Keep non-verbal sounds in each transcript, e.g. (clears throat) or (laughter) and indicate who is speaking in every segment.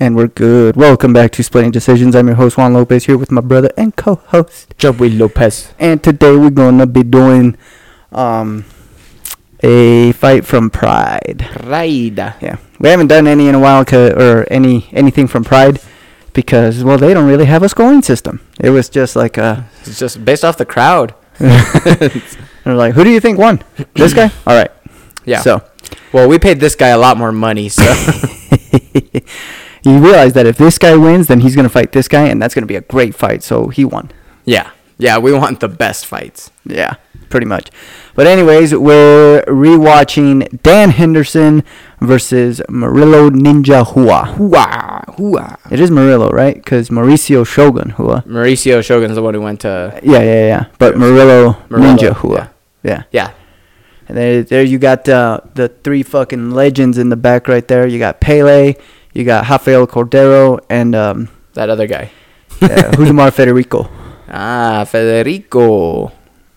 Speaker 1: And we're good. Welcome back to Splitting Decisions. I'm your host Juan Lopez here with my brother and co-host.
Speaker 2: Joey Lopez.
Speaker 1: And today we're gonna be doing um a fight from Pride.
Speaker 2: Raida.
Speaker 1: Yeah, we haven't done any in a while, 'ca- or any anything from Pride, because well, they don't really have a scoring system. It was just like a
Speaker 2: It's just based off the crowd.
Speaker 1: they're like, who do you think won? This guy? All right.
Speaker 2: Yeah. So.
Speaker 1: So (laughs)
Speaker 2: Well, we paid this guy a lot more money, (laughs) so
Speaker 1: you realize that if this guy wins, then he's gonna fight this guy, and that's gonna be a great fight. So he won.
Speaker 2: yeah. Yeah, we want the best fights.
Speaker 1: Yeah, pretty much. But anyways, we're rewatching Dan Henderson versus Murillo Ninja Hua.
Speaker 2: Hua. Hua.
Speaker 1: It is Murillo, right? Because Mauricio Shogun Hua.
Speaker 2: Mauricio Shogun's the one who went to
Speaker 1: Yeah, yeah, yeah. But
Speaker 2: Yes.
Speaker 1: Murillo,
Speaker 2: Murillo,
Speaker 1: Ninja Hua. Yeah.
Speaker 2: Yeah.
Speaker 1: And there, there you got uh, the three fucking legends in the back right there. You got Pele, you got Rafael Cordero,
Speaker 2: (laughs)
Speaker 1: and um,
Speaker 2: That other guy.
Speaker 1: uh, Hudumar Federico.
Speaker 2: Ah, Federico.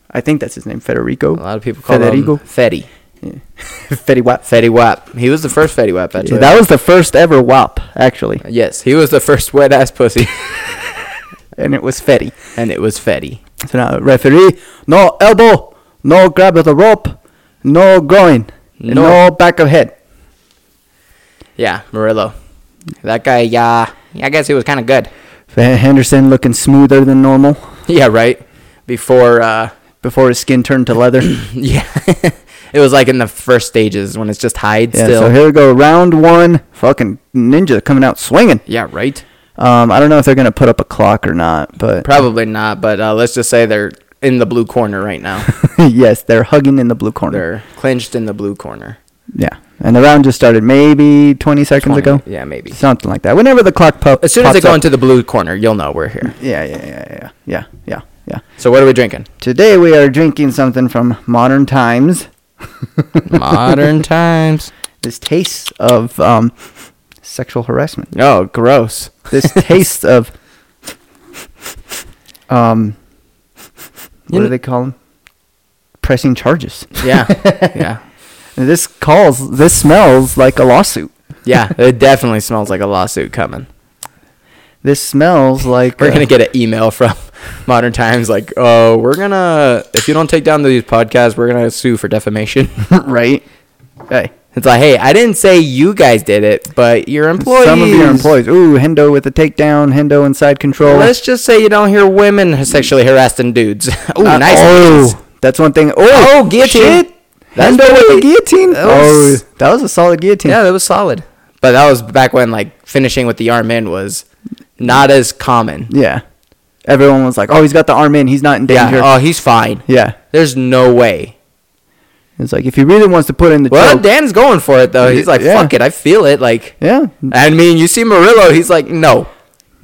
Speaker 1: I think that's his name,
Speaker 2: A
Speaker 1: (laughs) Federico.
Speaker 2: lot of people call
Speaker 1: Federico?
Speaker 2: him Fetty.
Speaker 1: Fetty Wap.
Speaker 2: Fetty Wap. He was the first Fetty Wap, actually.
Speaker 1: That was the first ever WAP, actually.
Speaker 2: yes, he was the first wet ass pussy,
Speaker 1: And it was Fetty.
Speaker 2: and it was Fetty.
Speaker 1: So now, referee, no elbow, no grab of the rope, no groin, no,
Speaker 2: No.
Speaker 1: back of head.
Speaker 2: Yeah, Murillo. That guy, yeah, I guess he was kind of good.
Speaker 1: Henderson looking smoother than normal
Speaker 2: (laughs) Yeah, right. Before, uh, (laughs)
Speaker 1: before his skin turned
Speaker 2: (clears throat)
Speaker 1: to leather.
Speaker 2: yeah, it was like in the first stages when it's just hide
Speaker 1: yeah,
Speaker 2: still.
Speaker 1: so here we go, round one. Fucking ninja coming out swinging.
Speaker 2: yeah, right.
Speaker 1: Um, I don't know if they're gonna put up a clock or not, but
Speaker 2: Probably not, but uh, let's just say they're in the blue corner right
Speaker 1: (laughs)
Speaker 2: now.
Speaker 1: yes, they're hugging in the blue corner.
Speaker 2: they're clinched in the blue corner.
Speaker 1: Yeah, and the round just started maybe 20 seconds
Speaker 2: 20,
Speaker 1: ago.
Speaker 2: yeah, maybe.
Speaker 1: something like that. Whenever the clock po-
Speaker 2: As soon as they
Speaker 1: pops
Speaker 2: go
Speaker 1: up.
Speaker 2: into the blue corner, you'll know we're here.
Speaker 1: yeah, yeah, yeah, yeah, yeah, yeah, yeah.
Speaker 2: So what are we drinking?
Speaker 1: Today we are drinking something from modern times. (laughs)
Speaker 2: Modern times.
Speaker 1: This taste of um, sexual harassment.
Speaker 2: Oh, gross. (laughs)
Speaker 1: This taste of um, what
Speaker 2: You
Speaker 1: do
Speaker 2: kn-
Speaker 1: they call them? Pressing charges.
Speaker 2: Yeah, yeah,
Speaker 1: And (laughs) This calls. This smells like a lawsuit.
Speaker 2: yeah. It definitely smells like a lawsuit coming.
Speaker 1: This smells like
Speaker 2: We're
Speaker 1: uh,
Speaker 2: gonna get an email from (laughs) Modern Times like, "Oh, we're gonna if you don't take down these podcasts, we're gonna sue for defamation." (laughs)
Speaker 1: (laughs) right. Hey,
Speaker 2: it's like, hey, I didn't say you guys did it, but your employees.
Speaker 1: some of your employees. Ooh, Hendo with the takedown. Hendo inside control.
Speaker 2: Let's just say you don't hear women sexually harassing dudes. (laughs) Ooh,
Speaker 1: Uh,
Speaker 2: nice.
Speaker 1: (laughs) Oh, that's one thing. Oh,
Speaker 2: Oh, guillotine.
Speaker 1: Shit.
Speaker 2: That's
Speaker 1: Hendo with the
Speaker 2: pretty-
Speaker 1: guillotine.
Speaker 2: that
Speaker 1: Oh,
Speaker 2: was-
Speaker 1: that was a solid guillotine.
Speaker 2: Yeah, that was solid. But that was back when like finishing with the arm in was not as common.
Speaker 1: Yeah. Everyone was like, "Oh, he's got the arm in. He's not in
Speaker 2: Yeah.
Speaker 1: danger." Yeah.
Speaker 2: Oh, he's fine. There's no way.
Speaker 1: It's like if he really wants to put in the
Speaker 2: Well,
Speaker 1: choke-
Speaker 2: Dan's going for it though. He's like,
Speaker 1: Yeah.
Speaker 2: fuck it, I feel it. Like,
Speaker 1: yeah.
Speaker 2: I mean, you see Murillo, he's like, no.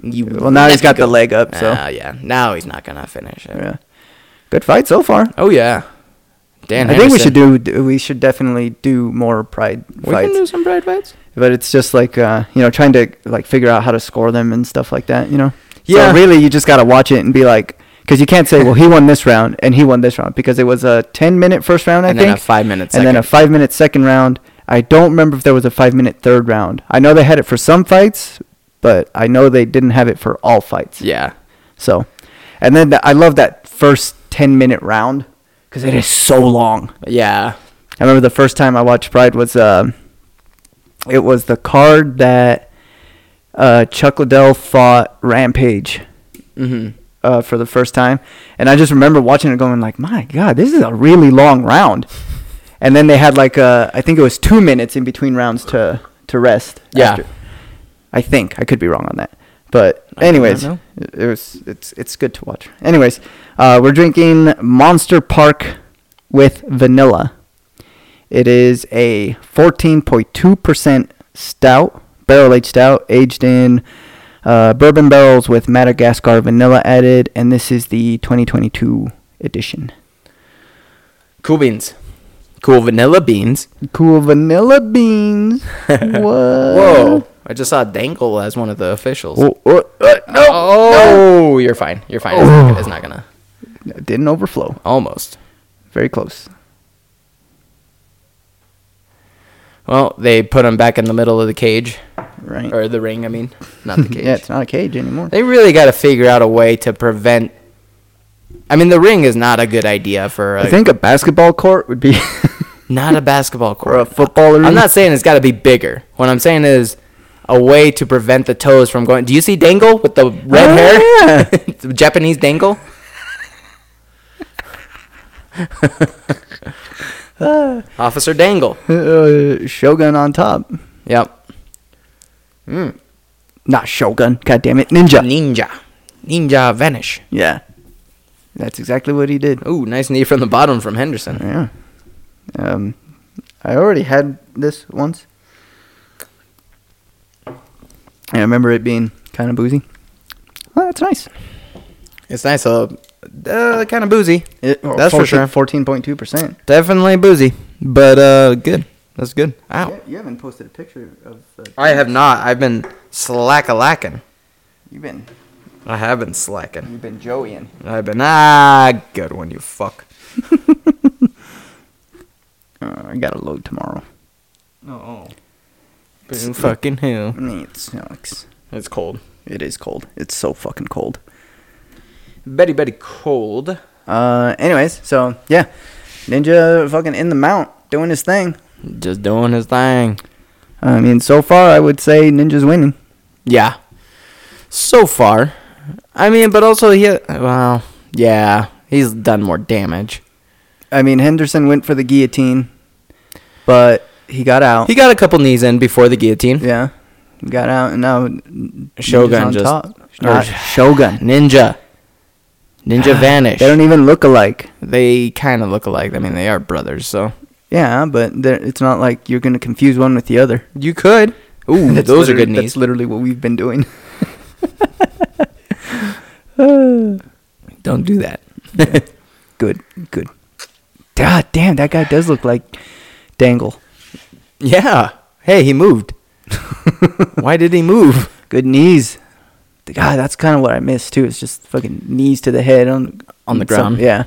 Speaker 2: You
Speaker 1: Well, now he's got the
Speaker 2: go.
Speaker 1: leg up, so
Speaker 2: Ah, yeah. Now he's not gonna finish it.
Speaker 1: yeah. Good fight so far.
Speaker 2: Oh yeah. Dan,
Speaker 1: I think we should
Speaker 2: Henderson.
Speaker 1: do. d- We should definitely do more pride
Speaker 2: We
Speaker 1: fights.
Speaker 2: can do some pride fights.
Speaker 1: but it's just like uh, you know, trying to like figure out how to score them and stuff like that. You know.
Speaker 2: Yeah.
Speaker 1: So really, you just gotta watch it and be like, because you can't say, well, he won this round and he won this round because it was a ten minute first round, I
Speaker 2: And
Speaker 1: think,
Speaker 2: then a five-minute
Speaker 1: and then a
Speaker 2: second.
Speaker 1: five minute second round. I don't remember if there was a five minute third round. I know they had it for some fights, but I know they didn't have it for all fights.
Speaker 2: Yeah.
Speaker 1: So, and then the, I love that first ten minute round because it is so long.
Speaker 2: Yeah.
Speaker 1: I remember the first time I watched Pride was um, it was the card that uh, Chuck Liddell fought Rampage
Speaker 2: Mm-hmm.
Speaker 1: uh, for the first time, and I just remember watching it, going like, "My God, this is a really long round." And then they had like uh, I think it was two minutes in between rounds to to rest.
Speaker 2: Yeah.
Speaker 1: I think I could be wrong on that, but
Speaker 2: I do not
Speaker 1: anyways,
Speaker 2: know.
Speaker 1: it, it was it's it's good to watch. Anyways, uh, we're drinking Monster Park with vanilla. It is a 14.2% stout, barrel aged stout, aged in uh, bourbon barrels with Madagascar vanilla added, and this is the 2022 edition.
Speaker 2: Cool beans. Cool vanilla beans.
Speaker 1: Cool vanilla (laughs) beans. what?
Speaker 2: Whoa. I just saw Dangle as one of the officials.
Speaker 1: Oh, oh, uh, no,
Speaker 2: oh, you're fine. You're fine. It's not gonna- It's not gonna.
Speaker 1: no. It didn't overflow.
Speaker 2: Almost.
Speaker 1: Very close.
Speaker 2: Well, they put him back in the middle of the cage.
Speaker 1: Right.
Speaker 2: Or the ring, I mean, not the cage.
Speaker 1: (laughs) Yeah, it's not a cage anymore.
Speaker 2: They really got to figure out a way to prevent. I mean, the ring is not a good idea for a,
Speaker 1: I think a basketball court
Speaker 2: (laughs)
Speaker 1: would be
Speaker 2: not a basketball
Speaker 1: or a (laughs)
Speaker 2: court.
Speaker 1: football arena.
Speaker 2: I'm not saying it's got to be bigger. What I'm saying is a way to prevent the toes from going. Do you see Dangle with the red
Speaker 1: Oh,
Speaker 2: hair? (laughs) The Japanese
Speaker 1: (laughs)
Speaker 2: Dangle. Officer Dangle. (laughs)
Speaker 1: uh, Shogun on top.
Speaker 2: Yep.
Speaker 1: Not Shogun. God damn it, ninja.
Speaker 2: Ninja. Ninja vanish.
Speaker 1: yeah, that's exactly what he did.
Speaker 2: Ooh, nice knee from the bottom from Henderson.
Speaker 1: Yeah. Um, I already had this once. And I remember it being kind of boozy. Oh, that's nice.
Speaker 2: It's nice. Uh, uh kind of boozy.
Speaker 1: It, oh,
Speaker 2: That's for sure.
Speaker 1: Fourteen point two percent.
Speaker 2: Definitely boozy, but uh, good. That's good. Ow.
Speaker 1: You haven't posted a picture of. The,
Speaker 2: I have not. I've been slack a lacking.
Speaker 1: you've been
Speaker 2: I have been slacking.
Speaker 1: you've been Joeying.
Speaker 2: I've been ah good one. You fuck.
Speaker 1: Uh, I gotta load tomorrow.
Speaker 2: Oh. fucking hell.
Speaker 1: It sucks.
Speaker 2: It's cold.
Speaker 1: It is cold. It's so fucking cold.
Speaker 2: Betty Betty cold.
Speaker 1: Uh, anyways, so yeah, Ninja fucking in the mount doing his thing.
Speaker 2: Just doing his thing.
Speaker 1: I mean, so far I would say Ninja's winning.
Speaker 2: Yeah. So far, I mean, but also he. Well, yeah, he's done more damage.
Speaker 1: I mean, Henderson went for the guillotine, but he got out.
Speaker 2: He got a couple knees in before the guillotine.
Speaker 1: yeah, he got out, and now Ninja's
Speaker 2: Shogun
Speaker 1: on
Speaker 2: just-
Speaker 1: top.
Speaker 2: or-
Speaker 1: Not Shogun.
Speaker 2: Ninja.
Speaker 1: (laughs)
Speaker 2: Ninja vanish.
Speaker 1: They don't even look alike.
Speaker 2: they kind of look alike. I mean, they are brothers, so
Speaker 1: Yeah, but they're- it's not like you're gonna confuse one with the other.
Speaker 2: you could. Ooh,
Speaker 1: (laughs) That's
Speaker 2: those are
Speaker 1: literally-
Speaker 2: good
Speaker 1: That's
Speaker 2: knees.
Speaker 1: literally what we've been doing.
Speaker 2: Don't do that.
Speaker 1: good, good. God damn, that guy does look like Dangle. (laughs)
Speaker 2: Yeah. Hey, he moved. Why did he move?
Speaker 1: Good knees. The- God, that's kind of what I miss too. It's just fucking knees to the head on
Speaker 2: On the
Speaker 1: some-
Speaker 2: ground.
Speaker 1: yeah,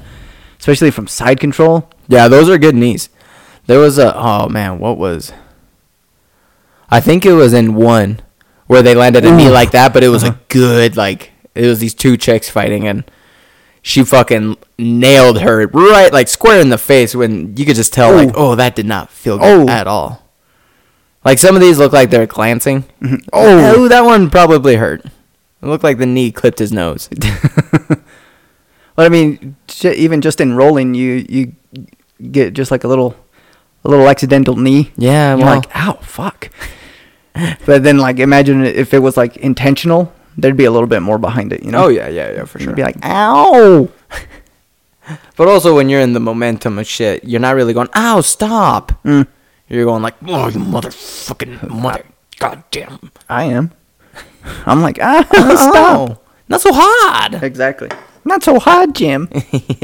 Speaker 1: especially from side control.
Speaker 2: Yeah, those are good knees. There was a oh man, what was? I think it was in one where they landed a knee
Speaker 1: Ooh.
Speaker 2: like that, but it was
Speaker 1: Uh-huh.
Speaker 2: a good like it was these two chicks fighting and she fucking nailed her right like square in the face when you could just tell like
Speaker 1: Ooh.
Speaker 2: oh that did not feel good
Speaker 1: Oh.
Speaker 2: at all. Like some of these look like they're glancing.
Speaker 1: Oh.
Speaker 2: Ooh, that one probably hurt. It looked like the knee clipped his nose. (laughs)
Speaker 1: Well, I mean, j- even just in rolling, you you get just like a little a little accidental knee.
Speaker 2: Yeah,
Speaker 1: I'm
Speaker 2: well-
Speaker 1: like, ow, fuck. (laughs) but then, like, imagine if it was like intentional, there'd be a little bit more behind it, you know?
Speaker 2: Oh yeah, yeah, yeah, for
Speaker 1: You'd
Speaker 2: sure.
Speaker 1: Be like, ow.
Speaker 2: (laughs) But also, when you're in the momentum of shit, you're not really going, "Ow, stop!"
Speaker 1: Mm,
Speaker 2: You're going like, "Oh, you motherfucking mother, goddamn!"
Speaker 1: I am. I'm like, (laughs) ah, stop.
Speaker 2: Oh, not so hard.
Speaker 1: Exactly. Not so hard, Jim. (laughs)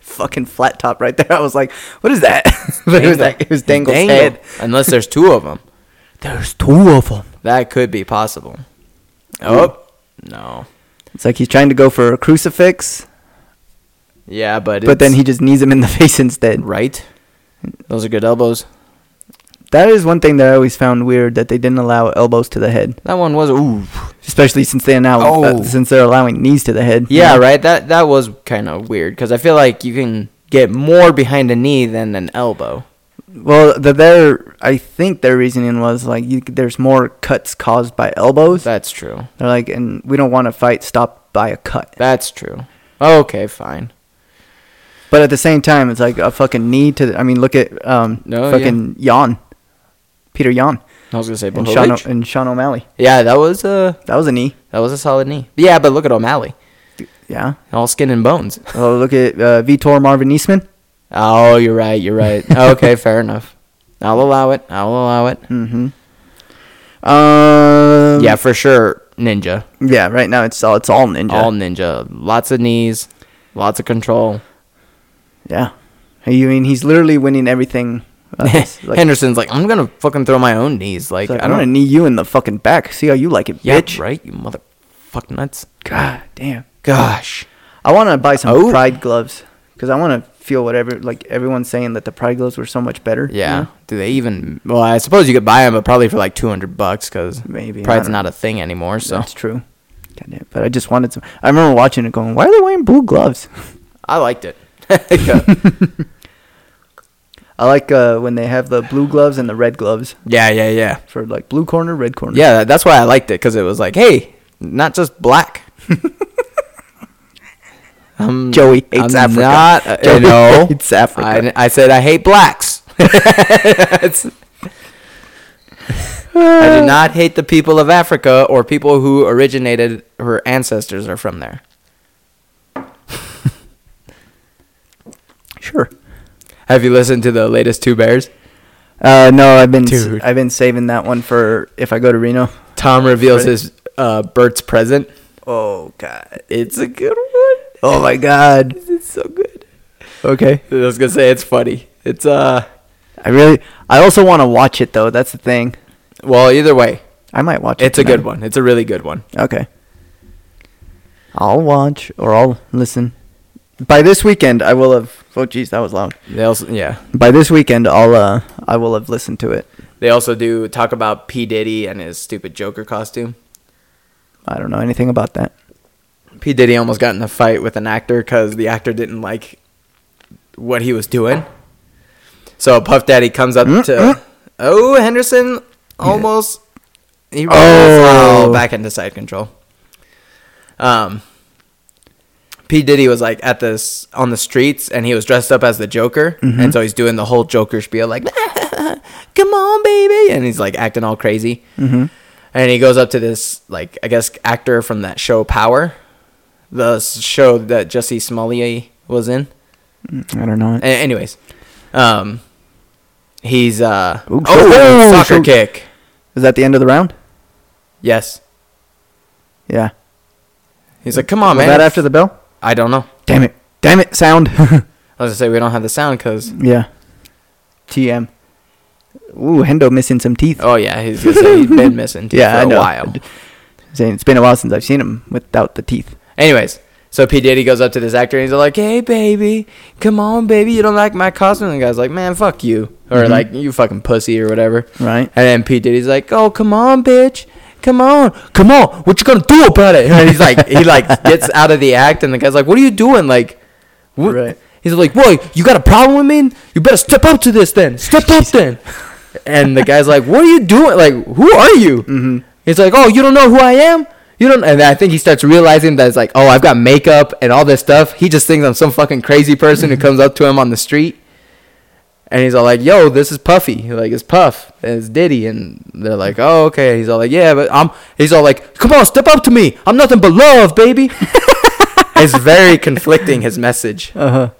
Speaker 1: Fucking flat top right there. I was like, what is (laughs) that? but it was like, it was Dangle's
Speaker 2: Dangle.
Speaker 1: head.
Speaker 2: Unless there's two of them,
Speaker 1: There's two of them.
Speaker 2: that could be possible.
Speaker 1: Mm.
Speaker 2: Oh no,
Speaker 1: It's like he's trying to go for a crucifix,
Speaker 2: yeah, but
Speaker 1: but then
Speaker 2: it's-
Speaker 1: he just knees him in the (laughs) face instead.
Speaker 2: right. Those are good elbows.
Speaker 1: That is one thing that I always found weird that they didn't allow elbows to the head,
Speaker 2: That one was ooh.
Speaker 1: especially since they now
Speaker 2: Oh.
Speaker 1: uh, since they're allowing knees to the head.
Speaker 2: Yeah, right. That that was kind of weird because I feel like you can get more behind a knee than an elbow.
Speaker 1: Well, the, their I think their reasoning was like you, there's more cuts caused by elbows.
Speaker 2: That's true.
Speaker 1: they're like, and we don't want to fight stopped by a cut.
Speaker 2: That's true. Okay, fine.
Speaker 1: But at the same time, it's like a fucking knee to. The, I mean, look at um,
Speaker 2: No,
Speaker 1: fucking Jan, Peter Jan,
Speaker 2: I was gonna say
Speaker 1: and Sean,
Speaker 2: Bohovic.
Speaker 1: o- and Sean O'Malley.
Speaker 2: Yeah, that was a
Speaker 1: That was a knee.
Speaker 2: that was a solid knee. Yeah, but look at O'Malley,
Speaker 1: Yeah.
Speaker 2: all skin and bones.
Speaker 1: Oh, look at uh, Vitor Marvin Eastman.
Speaker 2: Oh, you're right. You're
Speaker 1: (laughs)
Speaker 2: right. Okay, fair enough. I'll allow it. I'll allow it.
Speaker 1: Mm-hmm. Um,
Speaker 2: Yeah, for sure. Ninja,
Speaker 1: yeah. Right now, it's all it's all ninja.
Speaker 2: all ninja. Lots of knees, lots of control.
Speaker 1: yeah. You mean he's literally winning everything? uh,
Speaker 2: (laughs)
Speaker 1: it's (laughs) like,
Speaker 2: Henderson's like, I'm gonna fucking throw my own knees. Like,
Speaker 1: it's like,
Speaker 2: I
Speaker 1: I'm gonna
Speaker 2: don't.
Speaker 1: knee you in the fucking back. See how you like it,
Speaker 2: Yeah,
Speaker 1: bitch.
Speaker 2: right. You motherfucking nuts.
Speaker 1: God damn.
Speaker 2: Gosh.
Speaker 1: I want to buy some
Speaker 2: Oh.
Speaker 1: pride gloves because I want to feel whatever. Like everyone's saying that the Pride gloves were so much better. you
Speaker 2: Yeah.
Speaker 1: know?
Speaker 2: Do they even? Well, I suppose you could buy them, but probably for like two hundred bucks because
Speaker 1: Maybe, I
Speaker 2: Pride's
Speaker 1: don't
Speaker 2: not a thing anymore. So
Speaker 1: that's true. God damn, but I just wanted some. I remember watching it, going, "Why are they wearing blue gloves?"
Speaker 2: I liked
Speaker 1: (laughs)
Speaker 2: it.
Speaker 1: I like uh, when they have the blue gloves and the red gloves
Speaker 2: yeah, yeah, yeah,
Speaker 1: for like blue corner, red corner.
Speaker 2: yeah. that- That's why I liked it because it was like, hey, not just
Speaker 1: (laughs)
Speaker 2: black. um,
Speaker 1: Joey uh, hates
Speaker 2: I'm
Speaker 1: Africa.
Speaker 2: Not, I
Speaker 1: Joey
Speaker 2: know.
Speaker 1: (laughs) hates Africa.
Speaker 2: I, I said I hate
Speaker 1: (laughs)
Speaker 2: blacks. It's-
Speaker 1: (sighs)
Speaker 2: I do not hate the people of Africa or people who originated her ancestors are from there.
Speaker 1: sure.
Speaker 2: Have you listened to the latest Two Bears?
Speaker 1: Uh, no, I've been
Speaker 2: Dude.
Speaker 1: I've been saving that one for if I go to Reno.
Speaker 2: Tom reveals his uh, Bert's present.
Speaker 1: Oh god.
Speaker 2: It's a good one.
Speaker 1: Oh my god.
Speaker 2: It's so good.
Speaker 1: Okay.
Speaker 2: I was gonna say it's funny. It's uh,
Speaker 1: I really. I also want to watch it though. That's the thing.
Speaker 2: well, either way,
Speaker 1: I might watch it.
Speaker 2: it's a
Speaker 1: tonight.
Speaker 2: good one. It's a really good one.
Speaker 1: Okay. I'll watch or I'll listen. By this weekend, I will have. Oh, jeez, that was loud.
Speaker 2: They also, yeah,
Speaker 1: By this weekend, I'll. Uh, I will have listened to it.
Speaker 2: they also do talk about P Diddy and his stupid Joker costume.
Speaker 1: I don't know anything about that.
Speaker 2: P Diddy almost got in a fight with an actor because the actor didn't like what he was doing. So Puff Daddy comes up
Speaker 1: Mm, mm.
Speaker 2: to oh Henderson almost he rolls
Speaker 1: Oh.
Speaker 2: oh. back into side control. Um, P Diddy was like at this on the streets and he was dressed up as the Joker and so he's doing the whole Joker spiel like (laughs) come on baby and he's like acting all crazy and he goes up to this like I guess actor from that show Power the s- show that Jesse Smollett was in.
Speaker 1: I don't know.
Speaker 2: A- anyways, um, he's uh
Speaker 1: Ooh,
Speaker 2: oh
Speaker 1: shoot.
Speaker 2: soccer
Speaker 1: Shoot.
Speaker 2: kick.
Speaker 1: Is that the end of the round?
Speaker 2: Yes,
Speaker 1: Yeah.
Speaker 2: he's like, come on,
Speaker 1: Was
Speaker 2: man.
Speaker 1: that after the bell?
Speaker 2: I don't know.
Speaker 1: Damn it! Damn it! Sound. (laughs)
Speaker 2: I was gonna say we don't have the sound because
Speaker 1: yeah. TM. Ooh, Hendo missing some teeth.
Speaker 2: oh yeah, he's
Speaker 1: (laughs)
Speaker 2: gonna say he's been missing teeth
Speaker 1: Yeah,
Speaker 2: for
Speaker 1: I
Speaker 2: a
Speaker 1: know.
Speaker 2: while.
Speaker 1: Saying it's been a while since I've seen him without the teeth.
Speaker 2: Anyways, so P Diddy goes up to this actor and he's like, "Hey, baby, come on, baby, you don't like my costume?" And the guy's like, "Man, fuck you," or
Speaker 1: Mhm.
Speaker 2: like, "You fucking pussy" or whatever.
Speaker 1: Right.
Speaker 2: And then P Diddy's like, "Oh, come on, bitch, come on, come on, what you gonna do about it?" And he's like, he like gets out of the act, and the guy's like, "What are you doing?" Like, what?
Speaker 1: Right.
Speaker 2: He's like, "Boy, you got a problem with me? You better step up to this, then. Step up, then." And the guy's like, "What are you doing? Like, who are you?" Mm-hmm. He's like, "Oh, you don't know who I am." You don't, and I think he starts realizing that it's like, oh, I've got makeup and all this stuff. He just thinks I'm some fucking crazy person who comes up to him on the street. And he's all like, "Yo, this is Puffy. Like it's Puff, and it's Diddy." And they're like, "Oh, okay." He's all like, "Yeah, but I'm." He's all like, "Come on, step up to me. I'm nothing but love, baby." it's very conflicting his message.
Speaker 1: Uh huh.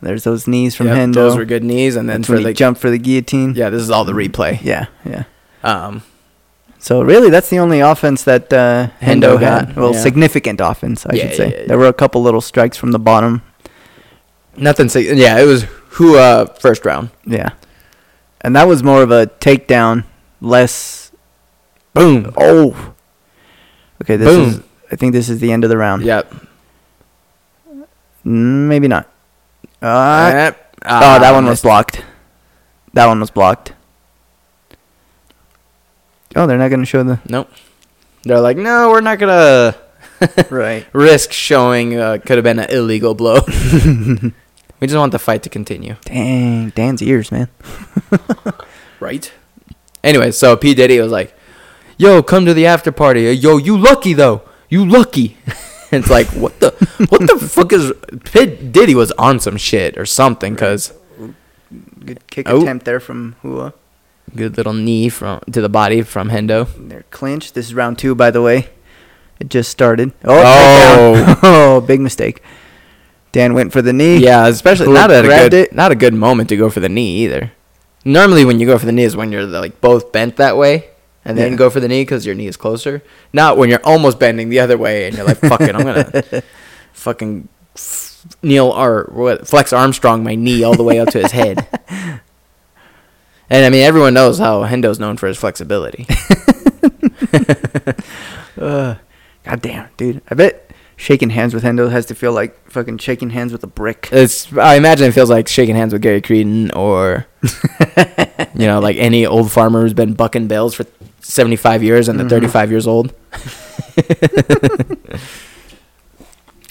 Speaker 1: There's those knees from
Speaker 2: Uh-huh. Yep,
Speaker 1: Hendo.
Speaker 2: those were good knees, and then
Speaker 1: That's
Speaker 2: for
Speaker 1: when he
Speaker 2: the
Speaker 1: jumped for the guillotine.
Speaker 2: yeah, this is all the replay.
Speaker 1: Yeah, yeah.
Speaker 2: Um,
Speaker 1: So really, that's the only offense that uh, Hendo,
Speaker 2: Hendo
Speaker 1: had.
Speaker 2: got,
Speaker 1: Well,
Speaker 2: yeah.
Speaker 1: significant offense, I
Speaker 2: Yeah,
Speaker 1: should say.
Speaker 2: yeah, yeah.
Speaker 1: There were a couple little strikes from the bottom.
Speaker 2: nothing. Say, yeah, it was who uh first round.
Speaker 1: Yeah, and that was more of a takedown, less.
Speaker 2: Boom.
Speaker 1: Oh. Okay, this
Speaker 2: Boom.
Speaker 1: is. I think this is the end of the round.
Speaker 2: Yep.
Speaker 1: Mm, maybe not. Uh,
Speaker 2: Yep.
Speaker 1: oh, that
Speaker 2: Ah,
Speaker 1: one was
Speaker 2: missed.
Speaker 1: blocked. That one was blocked. Oh, they're not going to show the.
Speaker 2: Nope. They're like, no, we're not
Speaker 1: (laughs)
Speaker 2: gonna
Speaker 1: right.
Speaker 2: risk showing. Uh, could have been an illegal
Speaker 1: (laughs)
Speaker 2: blow. we just want the fight to continue.
Speaker 1: Dang, Dan's ears, man.
Speaker 2: Right. Anyway, so P Diddy was like, "Yo, come to the after party. Uh, Yo, you lucky though. You lucky." (laughs) it's like, what the, what the fuck is P Diddy was on some shit or something? Cause
Speaker 1: Good kick
Speaker 2: Oh.
Speaker 1: attempt there from Hua.
Speaker 2: good little knee from to the body from Hendo.
Speaker 1: They're clinched. This is round two, by the way. It just started. Oh,
Speaker 2: Oh.
Speaker 1: takedown. (laughs) oh big mistake. Dan went for the knee.
Speaker 2: Yeah, especially
Speaker 1: Gl-
Speaker 2: not at a
Speaker 1: grabbed
Speaker 2: good,
Speaker 1: it.
Speaker 2: not a good moment to go for the knee either. Normally, when you go for the knee is when you're like both bent that way, and then
Speaker 1: Yeah.
Speaker 2: go for the knee because your knee is closer. Not when you're almost bending the other way and you're like, "Fuck it, I'm
Speaker 1: (laughs)
Speaker 2: gonna fucking f- kneel or what flex Armstrong my knee all the way up to his
Speaker 1: (laughs)
Speaker 2: head." And I mean, everyone knows how Hendo's known for his flexibility.
Speaker 1: Ugh. God damn, dude. I bet shaking hands with Hendo has to feel like fucking shaking hands with a brick.
Speaker 2: It's I imagine it feels like shaking hands with Gary Creedon or (laughs) you know like any old farmer who's been bucking bales for 75 years and they're
Speaker 1: Mhm.
Speaker 2: 35 years old.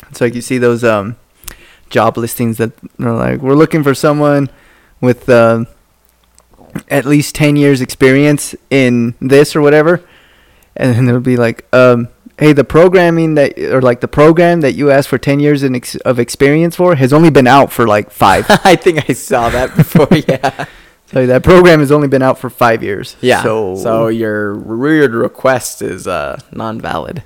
Speaker 1: It's like you see those um, job listings that are like, we're looking for someone with uh, at least 10 years experience in this or whatever. And then it'll be like, um, hey, the programming that, or like the program that you asked for 10 years in ex- of experience for has only been out for like
Speaker 2: (laughs)
Speaker 1: five.
Speaker 2: (laughs) I think I saw that before. (laughs) Yeah.
Speaker 1: so that program has only been out for five years.
Speaker 2: Yeah.
Speaker 1: So,
Speaker 2: So, your weird request is uh, non-valid.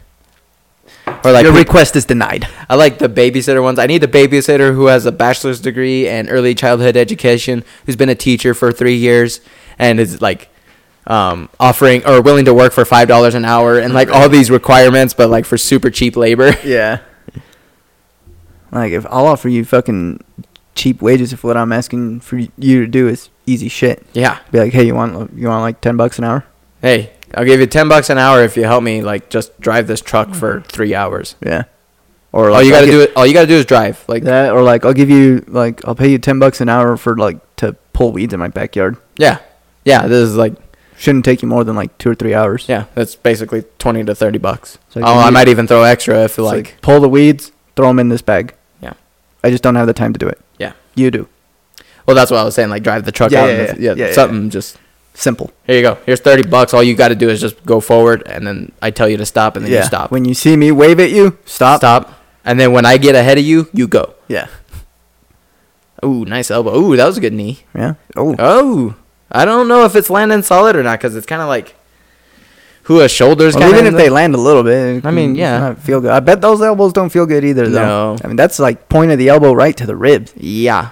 Speaker 2: Or like
Speaker 1: your
Speaker 2: peop-
Speaker 1: request is denied.
Speaker 2: I like the babysitter ones. I need the babysitter who has a bachelor's degree and early childhood education, who's been a teacher for three years, and is like um, offering or willing to work for five dollars an hour, and like all these requirements, but like for super cheap labor. (laughs)
Speaker 1: Yeah. Like if I'll offer you fucking cheap wages if what I'm asking for you to do is easy shit.
Speaker 2: yeah.
Speaker 1: Be like, hey, you want you want like ten bucks an hour?
Speaker 2: Hey, I'll give you ten bucks an hour if you help me like just drive this truck for three hours.
Speaker 1: Yeah. Or
Speaker 2: All you
Speaker 1: I'll
Speaker 2: gotta
Speaker 1: gi-
Speaker 2: do it. All you gotta do is drive. Like
Speaker 1: that, or like I'll give you like I'll pay you ten bucks an hour for like to pull weeds in my backyard.
Speaker 2: yeah, yeah. This is like
Speaker 1: Shouldn't take you more than like two or three hours.
Speaker 2: yeah. That's basically twenty to thirty bucks.
Speaker 1: So you
Speaker 2: oh, I
Speaker 1: need-
Speaker 2: might even throw extra if
Speaker 1: It's
Speaker 2: like,
Speaker 1: like, pull the weeds, throw them in this bag.
Speaker 2: Yeah.
Speaker 1: I just don't have the time to do it.
Speaker 2: yeah.
Speaker 1: You do.
Speaker 2: Well, that's what I was saying. Like drive the truck
Speaker 1: Yeah,
Speaker 2: out.
Speaker 1: yeah,
Speaker 2: and
Speaker 1: yeah.
Speaker 2: yeah,
Speaker 1: Yeah, yeah,
Speaker 2: something just
Speaker 1: Simple.
Speaker 2: here you go. Here's thirty bucks. All you got to do is just go forward, and then I tell you to stop, and then you stop.
Speaker 1: When you see me wave at you, stop.
Speaker 2: stop, and then when I get ahead of you, you go.
Speaker 1: Yeah.
Speaker 2: Ooh, nice elbow. Ooh, that was a good knee.
Speaker 1: Yeah. Oh.
Speaker 2: Oh, I don't know if it's landing solid or not because it's kind of like who a shoulders.
Speaker 1: Well,
Speaker 2: kinda
Speaker 1: even
Speaker 2: in
Speaker 1: if
Speaker 2: the-
Speaker 1: they land a little bit, it
Speaker 2: I mean,
Speaker 1: does
Speaker 2: yeah.
Speaker 1: not feel good. I bet those elbows don't feel good either, though.
Speaker 2: No.
Speaker 1: I mean, that's like point of the elbow right to the ribs,
Speaker 2: yeah.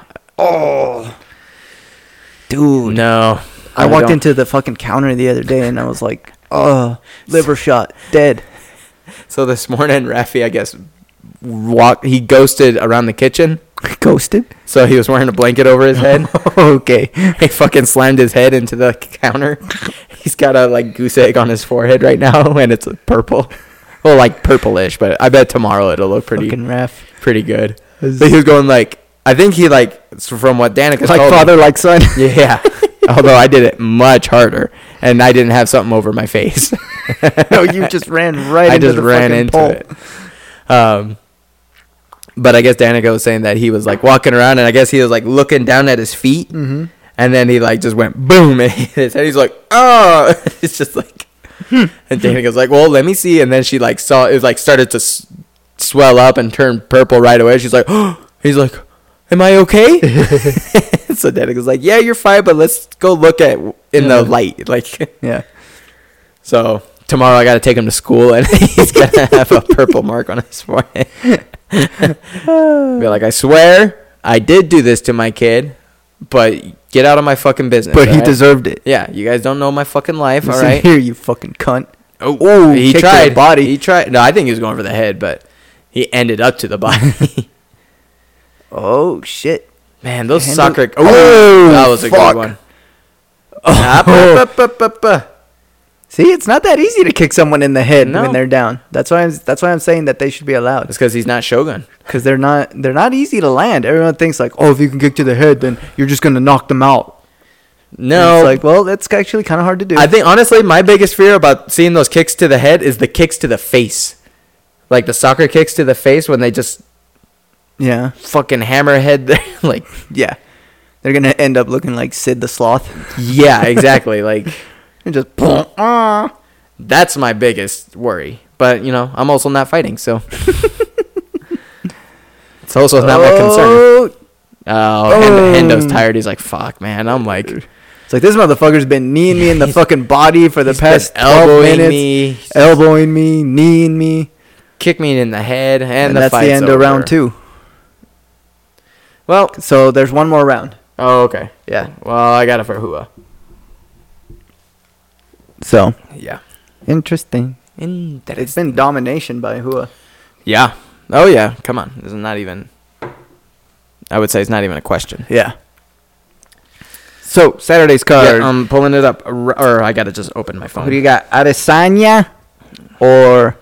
Speaker 1: dude.
Speaker 2: No,
Speaker 1: I walked
Speaker 2: don't.
Speaker 1: into the fucking counter the other day and I was like, oh, liver shot, dead. (laughs)
Speaker 2: So this morning, Rafi, I guess, walk. He ghosted around the kitchen,
Speaker 1: Ghosted.
Speaker 2: so he was wearing a blanket over his
Speaker 1: (laughs)
Speaker 2: head. (laughs)
Speaker 1: okay.
Speaker 2: he fucking slammed his head into the counter. (laughs) He's got a like goose egg on his forehead right now, (laughs) and it's purple. Well, like purplish, but I bet tomorrow it'll look pretty
Speaker 1: Fucking ref.
Speaker 2: pretty good.
Speaker 1: Is-
Speaker 2: But he was going like, I think he like s- from what Danica
Speaker 1: (laughs) Like
Speaker 2: told
Speaker 1: father,
Speaker 2: (laughs)
Speaker 1: like son.
Speaker 2: Me, yeah. Although I did it much harder, and I didn't have something over my face.
Speaker 1: (laughs) no, you just ran right
Speaker 2: I
Speaker 1: into
Speaker 2: just
Speaker 1: the
Speaker 2: ran
Speaker 1: fucking
Speaker 2: into
Speaker 1: pole.
Speaker 2: it. Um, but I guess Danica was saying that he was like walking around, and I guess he was like looking down at his feet,
Speaker 1: Mm-hmm.
Speaker 2: and then he like just went boom (laughs) and hit his head. He's like, oh, (laughs) it's just like,
Speaker 1: Hmm.
Speaker 2: and Danica's like, well, let me see, and then she like saw it like started to s- swell up and turn purple right away. She's like, oh, he's like, am I
Speaker 1: (laughs)
Speaker 2: okay? (laughs) so Danica's like, yeah, you're fine, but let's go look at in
Speaker 1: Yeah.
Speaker 2: the light, (laughs) like.
Speaker 1: Yeah.
Speaker 2: So tomorrow I got to take him to school, and (laughs) he's gonna have a purple mark on his forehead. Be like, I swear, I did do this to my kid, but get out of my fucking business.
Speaker 1: But he
Speaker 2: alright?
Speaker 1: deserved it.
Speaker 2: Yeah, you guys don't know my fucking life,
Speaker 1: (laughs)
Speaker 2: all
Speaker 1: Listen
Speaker 2: right?
Speaker 1: here, you fucking cunt.
Speaker 2: Oh,
Speaker 1: Ooh,
Speaker 2: he
Speaker 1: kick to the
Speaker 2: tried.
Speaker 1: body.
Speaker 2: He tried. No, I think he was going for the head, but he ended up to the body. (laughs)
Speaker 1: Oh, shit.
Speaker 2: Man, those
Speaker 1: Handle-
Speaker 2: soccer.
Speaker 1: Oh,
Speaker 2: Oh, that was a
Speaker 1: fuck. Oh.
Speaker 2: good
Speaker 1: (laughs)
Speaker 2: one. Ah, bah, bah, bah, bah, bah.
Speaker 1: See, it's not that easy to kick someone in the head when
Speaker 2: No.
Speaker 1: they're down. That's why I'm, that's why I'm saying that they should be allowed
Speaker 2: That's because he's not Shogun.
Speaker 1: because they're not they're not easy to land. Everyone thinks like, oh, if you can kick to the head, then you're just gonna knock them out. And
Speaker 2: No,
Speaker 1: it's like, well, that's actually kind of hard to do.
Speaker 2: I think honestly, my biggest fear about seeing those kicks to the head is the kicks to the face, like the soccer kicks to the face when they just
Speaker 1: yeah,
Speaker 2: fucking hammerhead. (laughs) There. like,
Speaker 1: yeah, they're gonna end up looking like Sid the Sloth
Speaker 2: yeah,
Speaker 1: (laughs)
Speaker 2: exactly. like
Speaker 1: and just boom, ah.
Speaker 2: that's my biggest worry. But you know, I'm also not fighting,
Speaker 1: (laughs)
Speaker 2: so it's also not my concern.
Speaker 1: Oh.
Speaker 2: Oh, Hend- Hendo's
Speaker 1: Oh.
Speaker 2: tired. He's like, fuck, man. I'm like,
Speaker 1: It's like this motherfucker's been kneeing me in the fucking body for the
Speaker 2: he's been
Speaker 1: past twelve
Speaker 2: elbowing
Speaker 1: minutes,
Speaker 2: me,
Speaker 1: elbowing me, kneeing me,
Speaker 2: kick me in the head, and,
Speaker 1: and,
Speaker 2: the
Speaker 1: that's the
Speaker 2: fight's
Speaker 1: end of round
Speaker 2: over.
Speaker 1: two.
Speaker 2: Well,
Speaker 1: So there's one more round.
Speaker 2: oh okay,
Speaker 1: Yeah.
Speaker 2: Well, I got it for Hua.
Speaker 1: So
Speaker 2: Yeah.
Speaker 1: interesting.
Speaker 2: Interesting.
Speaker 1: It's been domination by Hua.
Speaker 2: Yeah. Oh yeah. Come on. This is not even. I would say it's not even a question.
Speaker 1: Yeah. So Saturday's card.
Speaker 2: Yeah, Uh, um, I'm pulling it up, or or I gotta just open my phone.
Speaker 1: Who do you got? Adesanya or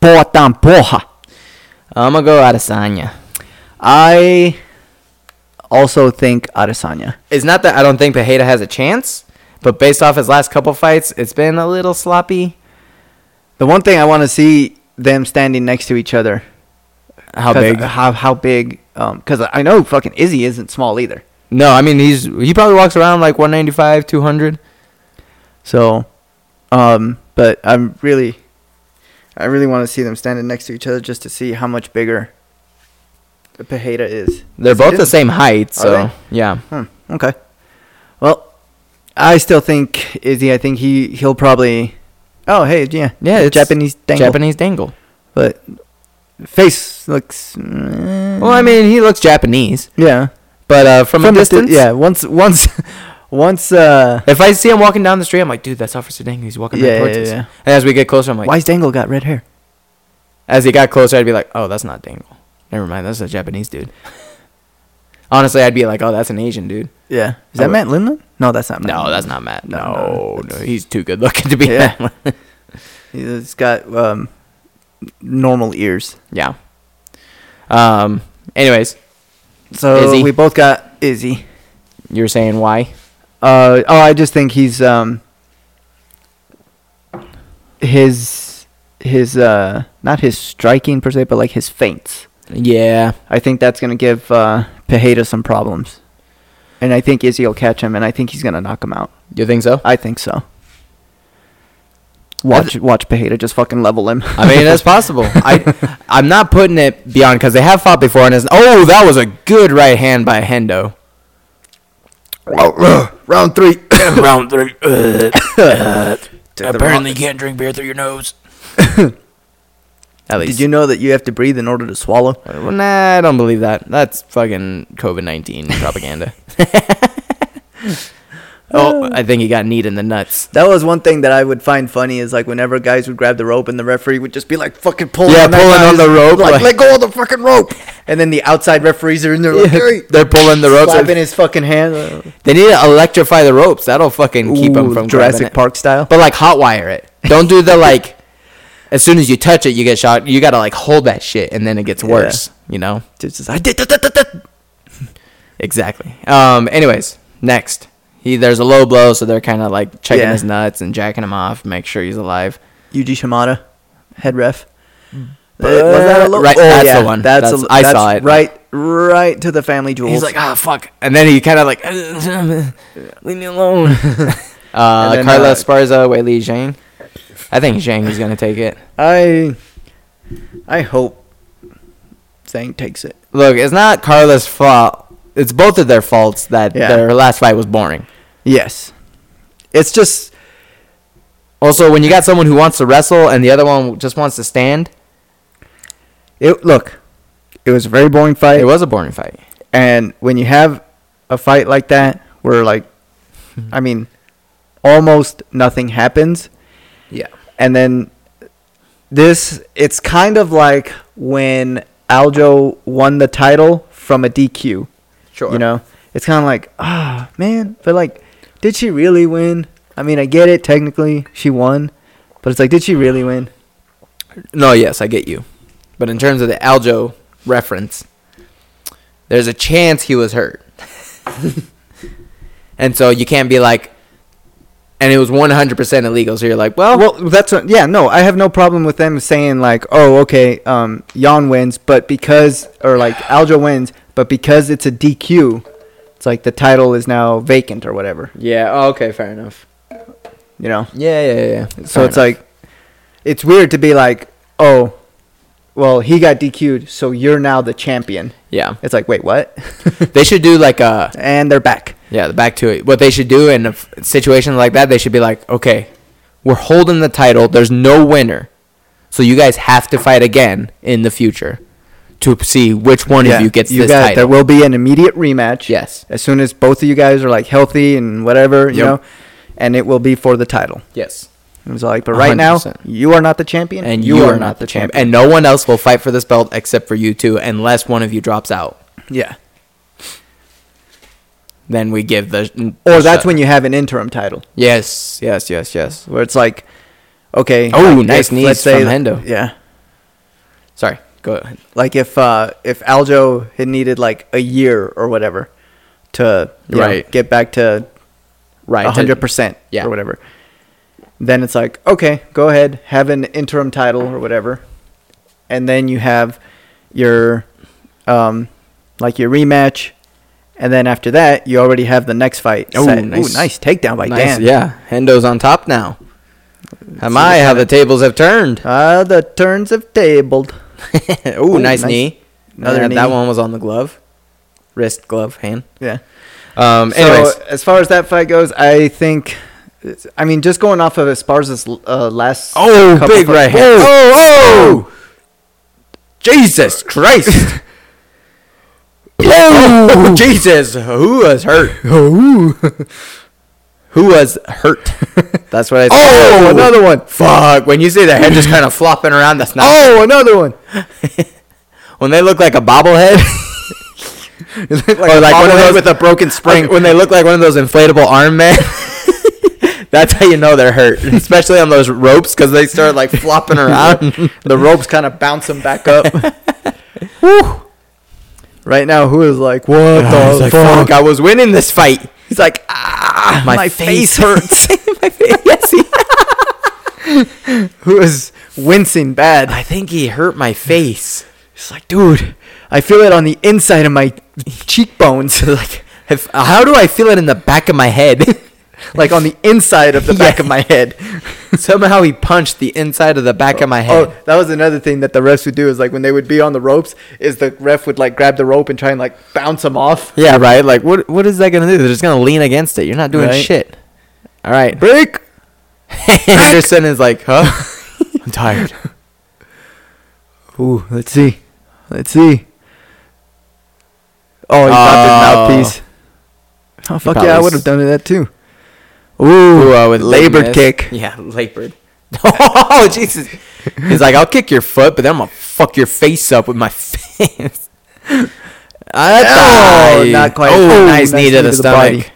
Speaker 1: Poatan Poja?
Speaker 2: I'm gonna go Adesanya.
Speaker 1: I also think Adesanya.
Speaker 2: It's not that I don't think Pajeda has a chance, but based off his last couple fights, it's been a little sloppy.
Speaker 1: The one thing I want to see them standing next to each other.
Speaker 2: How
Speaker 1: 'Cause
Speaker 2: big?
Speaker 1: How how big? Because I know fucking Izzy isn't small either.
Speaker 2: No, I mean he's he probably walks around like 195, 200.
Speaker 1: So, um, but I'm really, I really want to see them standing next to each other just to see how much bigger the Pajeda is.
Speaker 2: They're
Speaker 1: Is it
Speaker 2: both the
Speaker 1: in-
Speaker 2: same height,
Speaker 1: Are
Speaker 2: so yeah.
Speaker 1: Hmm, okay. Well, I still think Izzy. I think he he'll probably. Oh hey yeah
Speaker 2: Yeah, it's
Speaker 1: Japanese dangle.
Speaker 2: Japanese dangle.
Speaker 1: but face looks. mm,
Speaker 2: Well, I mean, he looks Japanese,
Speaker 1: yeah
Speaker 2: but uh, from, a
Speaker 1: di-
Speaker 2: distance,
Speaker 1: yeah once once (laughs) once uh
Speaker 2: If I see him walking down the street, I'm like, dude, that's Officer Dangle. He's walking
Speaker 1: Yeah,
Speaker 2: right towards
Speaker 1: yeah,
Speaker 2: us.
Speaker 1: yeah.
Speaker 2: And as we get closer, I'm like,
Speaker 1: why's Dangle got red hair?
Speaker 2: as he got closer, I'd be like, oh, that's not Dangle. Never mind, that's a Japanese dude. Honestly, I'd be like, oh, that's an Asian dude.
Speaker 1: Yeah, is
Speaker 2: I
Speaker 1: that
Speaker 2: would-
Speaker 1: Matt Lindland? No, that's not.
Speaker 2: Oh.
Speaker 1: Matt
Speaker 2: No,
Speaker 1: Lindland.
Speaker 2: that's not Matt.
Speaker 1: No,
Speaker 2: No, no,
Speaker 1: no,
Speaker 2: he's too good looking to be
Speaker 1: Yeah.
Speaker 2: that one.
Speaker 1: He's got um, normal ears.
Speaker 2: yeah. Um. Anyways,
Speaker 1: So
Speaker 2: Izzy.
Speaker 1: we both got Izzy.
Speaker 2: you were saying why?
Speaker 1: Uh, oh, I just think he's um, his his uh, not his striking per se, but like his feints.
Speaker 2: Yeah.
Speaker 1: I think that's gonna give uh, Pajeda some problems, and I think Izzy will catch him, and I think he's gonna knock him out.
Speaker 2: You think so?
Speaker 1: I think so. Watch watch Pajeda just fucking level him.
Speaker 2: I mean,
Speaker 1: (laughs)
Speaker 2: that's (laughs) possible. I I'm not putting it beyond because they have fought before, and it's oh, that was a good right hand by Hendo.
Speaker 1: round three.
Speaker 3: Round three.
Speaker 1: Apparently
Speaker 3: you can't drink beer through your nose.
Speaker 2: At least
Speaker 1: Did you know that you have to breathe in order to swallow?
Speaker 2: Well, nah, I don't believe that. That's fucking COVID nineteen
Speaker 1: (laughs)
Speaker 2: propaganda. oh, I think he got kneed in the nuts.
Speaker 1: That was one thing that I would find funny is like whenever guys would grab the rope and the referee would just be like fucking pulling.
Speaker 2: Yeah,
Speaker 1: that
Speaker 2: pulling on
Speaker 1: guy's-
Speaker 2: the rope,
Speaker 1: like,
Speaker 2: like-
Speaker 1: let go of the fucking rope. And then the outside referees are in there like (laughs) hey,
Speaker 2: They're pulling (laughs) the ropes.
Speaker 1: slapping his fucking hand.
Speaker 2: They need to electrify the ropes. That'll fucking keep him from
Speaker 1: Ooh,
Speaker 2: grabbing
Speaker 1: Jurassic
Speaker 2: it.
Speaker 1: Park style.
Speaker 2: But like hot wire it. Don't do the like. (laughs) as soon as you touch it, you get shocked. You gotta like hold that shit, and then it gets
Speaker 1: Yeah.
Speaker 2: worse. You know.
Speaker 1: Just, just, I did that, that, that, that.
Speaker 2: Exactly. Um. Anyways, next. He there's a low blow, so they're kind of like checking
Speaker 1: Yeah.
Speaker 2: his nuts and jacking him off, make sure he's alive.
Speaker 1: Yuji Shimada, head ref. Uh, low-
Speaker 2: Right, that's the one.
Speaker 1: That's,
Speaker 2: That's-
Speaker 1: a,
Speaker 2: I
Speaker 1: that's
Speaker 2: saw it.
Speaker 1: Right, right to the family jewels.
Speaker 2: He's like, ah, fuck. And then he kind of like, leave me alone. (laughs) uh,
Speaker 1: And then,
Speaker 2: Carla
Speaker 1: uh,
Speaker 2: Esparza, Wei Li Zhang. I think Zhang is going to take it.
Speaker 1: I, I hope Zhang takes it.
Speaker 2: Look, it's not Carla's fault. It's both of their faults that
Speaker 1: Yeah.
Speaker 2: their last fight was boring.
Speaker 1: Yes, it's just
Speaker 2: Also, when you got someone who wants to wrestle and the other one just wants to stand,
Speaker 1: it. Look, it was a very boring fight.
Speaker 2: it was a boring fight.
Speaker 1: And when you have a fight like that,
Speaker 2: (laughs)
Speaker 1: where like, I mean, almost nothing happens,
Speaker 2: Yeah.
Speaker 1: and then this, it's kind of like when Aljo won the title from a DQ.
Speaker 2: Sure.
Speaker 1: You know, it's kind of like, ah, man, but like, did she really win? I mean, I get it. Technically, she won, but it's like, did she really win?
Speaker 2: No, yes, I get you. But in terms of the Aljo reference, there's a chance he was hurt. (laughs) and so you can't be like, and it was 100% illegal. So you're like, well,
Speaker 1: Well, that's what, yeah. No, I have no problem with them saying like, oh, okay, um, Jan wins, but because or like Aljo wins, but because it's a DQ, it's like the title is now vacant or whatever.
Speaker 2: yeah, oh, okay, fair enough.
Speaker 1: You know,
Speaker 2: Yeah, yeah, yeah. yeah.
Speaker 1: so
Speaker 2: Fair
Speaker 1: it's
Speaker 2: enough.
Speaker 1: like, it's weird to be like, oh, well, he got DQ'd, so you're now the champion.
Speaker 2: yeah.
Speaker 1: It's like, wait, what?
Speaker 2: (laughs)
Speaker 1: (laughs)
Speaker 2: They should do like a,
Speaker 1: and they're back.
Speaker 2: yeah, back to it. What they should do in a f- situation like that, they should be like, okay, we're holding the title. There's no winner. So you guys have to fight again in the future to see which one of you gets this
Speaker 1: got it.
Speaker 2: title.
Speaker 1: There will be an immediate rematch.
Speaker 2: Yes.
Speaker 1: as soon as both of you guys are like healthy and whatever, you
Speaker 2: Yep.
Speaker 1: know, and it will be for the title.
Speaker 2: Yes.
Speaker 1: It was like, but right now
Speaker 2: 100%.
Speaker 1: you are not the champion,
Speaker 2: And you, are, not the champ. And no one else will fight for this belt except for you two, unless one of you drops out.
Speaker 1: yeah,
Speaker 2: Then we give the.
Speaker 1: or that's when you have an interim title
Speaker 2: Yes, yes, yes, yes.
Speaker 1: where it's like, okay,
Speaker 2: Oh,
Speaker 1: like,
Speaker 2: nice
Speaker 1: if,
Speaker 2: knees
Speaker 1: let's
Speaker 2: from Hendo.
Speaker 1: Yeah,
Speaker 2: Sorry. Go ahead.
Speaker 1: Like if uh, if Aljo had needed like a year or whatever to you know,
Speaker 2: Right.
Speaker 1: get back to
Speaker 2: Right,
Speaker 1: right
Speaker 2: to-
Speaker 1: hundred percent
Speaker 2: yeah.
Speaker 1: or whatever, then it's like okay, go ahead, have an interim title or whatever, and then you have your um, like your rematch, and then after that you already have the next fight.
Speaker 2: Ooh,
Speaker 1: set.
Speaker 2: nice.
Speaker 1: Ooh, nice takedown by
Speaker 2: Nice,
Speaker 1: Dan.
Speaker 2: Yeah, Hendo's on top now. Am
Speaker 1: So
Speaker 2: I
Speaker 1: it's
Speaker 2: how the
Speaker 1: kinda-
Speaker 2: tables have turned?
Speaker 1: Ah, the turns have tabled.
Speaker 2: (laughs) Ooh,
Speaker 1: Ooh,
Speaker 2: nice,
Speaker 1: nice.
Speaker 2: knee.
Speaker 1: Another
Speaker 2: Yeah, That
Speaker 1: knee.
Speaker 2: one was on the glove, wrist, glove, hand.
Speaker 1: Yeah.
Speaker 2: Um. Anyways,
Speaker 1: So as far as that fight goes, I think, I mean, just going off of Esparza's uh, last.
Speaker 2: oh,
Speaker 1: couple
Speaker 2: big
Speaker 1: fight-
Speaker 2: right hand.
Speaker 1: Whoa.
Speaker 2: Oh, oh,
Speaker 1: (laughs)
Speaker 2: Jesus Christ.
Speaker 1: (laughs)
Speaker 2: Oh, Jesus! Who was hurt? Who? Who was hurt? That's what I said.
Speaker 1: Oh, another one.
Speaker 2: Fuck! When you say the head just kind of flopping around, that's not.
Speaker 1: Oh, another one.
Speaker 2: (laughs) When they look like a bobblehead. (laughs)
Speaker 1: It looked (laughs) like
Speaker 2: Or
Speaker 1: a
Speaker 2: Oh, like one of
Speaker 1: bobblehead
Speaker 2: those-
Speaker 1: with a broken spring.
Speaker 2: When they look like one of those inflatable arm men, (laughs) that's how you know they're hurt. (laughs) Especially on those ropes because they start like flopping around.
Speaker 1: (laughs) the ropes kind of bounce him
Speaker 2: (laughs)
Speaker 1: back up. Woo. Right now, who is like, what the
Speaker 2: He's like,
Speaker 1: fuck?
Speaker 2: fuck, I was winning this fight.
Speaker 1: He's like, ah,
Speaker 2: My
Speaker 1: my,
Speaker 2: face.
Speaker 1: face, hurts.
Speaker 2: My fa- yes, he-
Speaker 1: who is wincing
Speaker 2: (laughs)
Speaker 1: bad?
Speaker 2: I think he hurt my face.
Speaker 1: He's like, dude, I feel it on the inside of my cheekbones, (laughs) like,
Speaker 2: If-
Speaker 1: uh,
Speaker 2: how do I feel it in the back of my head? (laughs)
Speaker 1: like on (laughs) the inside of the back (laughs) of my head.
Speaker 2: Somehow he punched the inside of the back of my head.
Speaker 1: Oh, that was another thing that the refs would do is like when they would be on the ropes, is the ref would like grab the rope and try and like bounce them off.
Speaker 2: Yeah, right. Like, what? What is that gonna do? They're just gonna lean against it. You're not doing
Speaker 1: Right.
Speaker 2: shit. All right.
Speaker 1: Break.
Speaker 2: (laughs) Anderson is like, huh? (laughs) I'm tired.
Speaker 1: Ooh, let's see, let's see. Oh, he dropped
Speaker 2: Oh.
Speaker 1: his mouthpiece. Oh fuck
Speaker 2: probably
Speaker 1: yeah, I
Speaker 2: s-
Speaker 1: would have done that too.
Speaker 2: Ooh, uh, with the
Speaker 1: labored
Speaker 2: miss.
Speaker 1: kick.
Speaker 2: Yeah, labored. (laughs) oh Jesus! He's like, I'll kick your foot, but then I'm gonna fuck your face up with my (laughs) fist. I
Speaker 1: Oh, not quite.
Speaker 2: Ah, Oh,
Speaker 1: Ooh,
Speaker 2: nice knee to the stomach.
Speaker 1: body.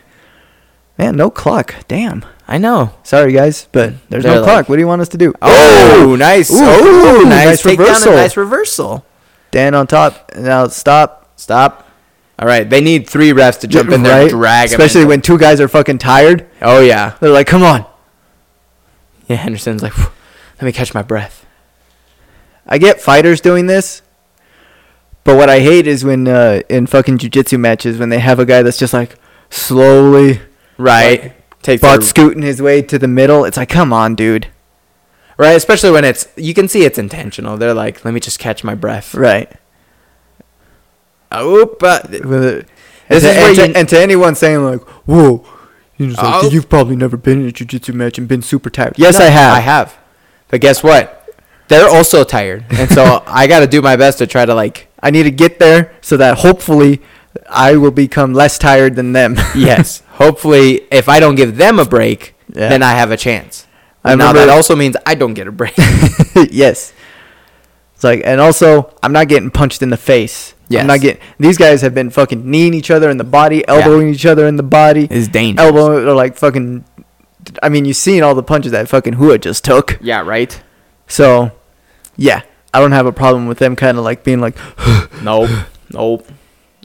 Speaker 1: Man, no clock. Damn.
Speaker 2: I know.
Speaker 1: Sorry guys, but there's
Speaker 2: They're
Speaker 1: no
Speaker 2: like-
Speaker 1: clock. What do you want us to do?
Speaker 2: Oh, nice.
Speaker 1: Ooh,
Speaker 2: oh,
Speaker 1: ooh,
Speaker 2: nice,
Speaker 1: nice
Speaker 2: takedown and
Speaker 1: reversal.
Speaker 2: Nice reversal.
Speaker 1: Dan on top. Now stop.
Speaker 2: Stop. All right, they need three refs to jump in there and drag him.
Speaker 1: Especially
Speaker 2: in.
Speaker 1: when two guys are fucking tired.
Speaker 2: Oh yeah.
Speaker 1: They're like, come on.
Speaker 2: Yeah, Henderson's like, "Phew, let me catch my breath.
Speaker 1: I get fighters doing this, but what I hate is when uh, in fucking jujitsu matches when they have a guy that's just like slowly
Speaker 2: Right. Take
Speaker 1: butt scooting his way to the middle. It's like, come on, dude.
Speaker 2: Right, especially when it's you can see it's intentional. They're like, let me just catch my breath.
Speaker 1: Right.
Speaker 2: Oop, uh, th-
Speaker 1: With it.
Speaker 2: This
Speaker 1: And, to,
Speaker 2: is where
Speaker 1: and, to,
Speaker 2: you-
Speaker 1: and to anyone saying like, whoa, you just like,
Speaker 2: Oh.
Speaker 1: you've probably never been in a jujitsu match and been super tired. Yes, I have.
Speaker 2: I have. But guess what? They're also tired, and (laughs) so I got to do my best to try to like.
Speaker 1: I need to get there so that hopefully I will become less tired than them.
Speaker 2: Yes, hopefully, if I don't give them a break,
Speaker 1: Yeah.
Speaker 2: then I have a chance.
Speaker 1: I
Speaker 2: now
Speaker 1: remember-
Speaker 2: that also means I don't get a break.
Speaker 1: (laughs) yes. It's like, and also, I'm not getting punched in the face.
Speaker 2: Yes.
Speaker 1: I'm not getting. These guys have been fucking kneeing each other in the body, elbowing each other in the body,
Speaker 2: (laughs) it's dangerous.
Speaker 1: elbowing or like fucking. I mean, you've seen all the punches that fucking Hua just took.
Speaker 2: Yeah, right.
Speaker 1: So, yeah, I don't have a problem with them kind of like being like. (sighs)
Speaker 2: Nope, nope.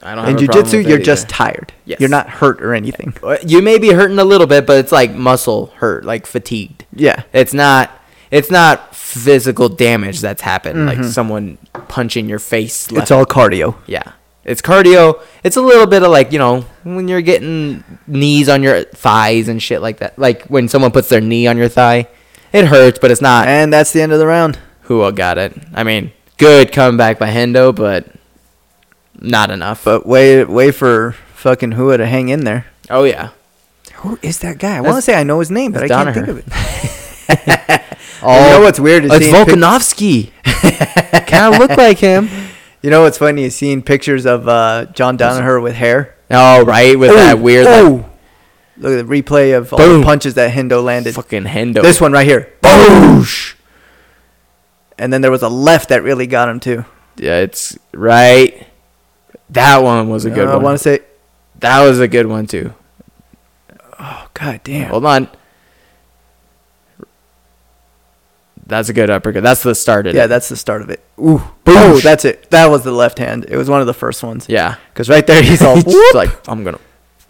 Speaker 2: I don't.
Speaker 1: in
Speaker 2: have a problem with
Speaker 1: jujitsu,
Speaker 2: that
Speaker 1: you're
Speaker 2: either.
Speaker 1: just tired.
Speaker 2: Yes.
Speaker 1: You're not hurt or anything.
Speaker 2: Uh, you may be hurting a little bit, but it's like muscle hurt, like fatigued.
Speaker 1: Yeah.
Speaker 2: It's not it's not physical damage that's happened, like someone punching your face. Left.
Speaker 1: Mm-hmm. It's all cardio.
Speaker 2: yeah. It's cardio. It's a little bit of like you know when you're getting knees on your thighs and shit like that. Like when someone puts their knee on your thigh, it hurts, but it's not.
Speaker 1: And that's the end of the round.
Speaker 2: Who all got it? I mean, good comeback by Hendo, but not enough.
Speaker 1: But wait, wait for fucking Hua to hang in there.
Speaker 2: oh yeah,
Speaker 1: Who is that guy? I
Speaker 2: That's-
Speaker 1: want to say I know his name, but I
Speaker 2: that's
Speaker 1: can't think of
Speaker 2: Donaher. (laughs)
Speaker 1: it. And you know what's weird is
Speaker 2: It's
Speaker 1: seeing pic- (laughs)
Speaker 2: Volkanovski. Kind of look like him.
Speaker 1: you know what's funny is seeing pictures of uh, John Donaher with hair.
Speaker 2: Oh right, with that weird like,
Speaker 1: Oh, look at the replay of all
Speaker 2: Boom.
Speaker 1: the punches that Hendo landed.
Speaker 2: fucking Hendo.
Speaker 1: oh.
Speaker 2: Oh.
Speaker 1: This one right here. Boosh. And then there was a left that really got him too.
Speaker 2: Yeah, it's right. That one was a good
Speaker 1: Uh, I
Speaker 2: one.
Speaker 1: want to say,
Speaker 2: that was a good one too.
Speaker 1: oh god damn.
Speaker 2: Hold on. That's a good uppercut. That's the start of
Speaker 1: Yeah,
Speaker 2: it.
Speaker 1: that's the start of it. Ooh, oh, that's it. That was the left hand. It was one of the first ones.
Speaker 2: yeah.
Speaker 1: because right there
Speaker 2: (laughs)
Speaker 1: he's all
Speaker 2: He's just
Speaker 1: "Whoop."
Speaker 2: like, I'm gonna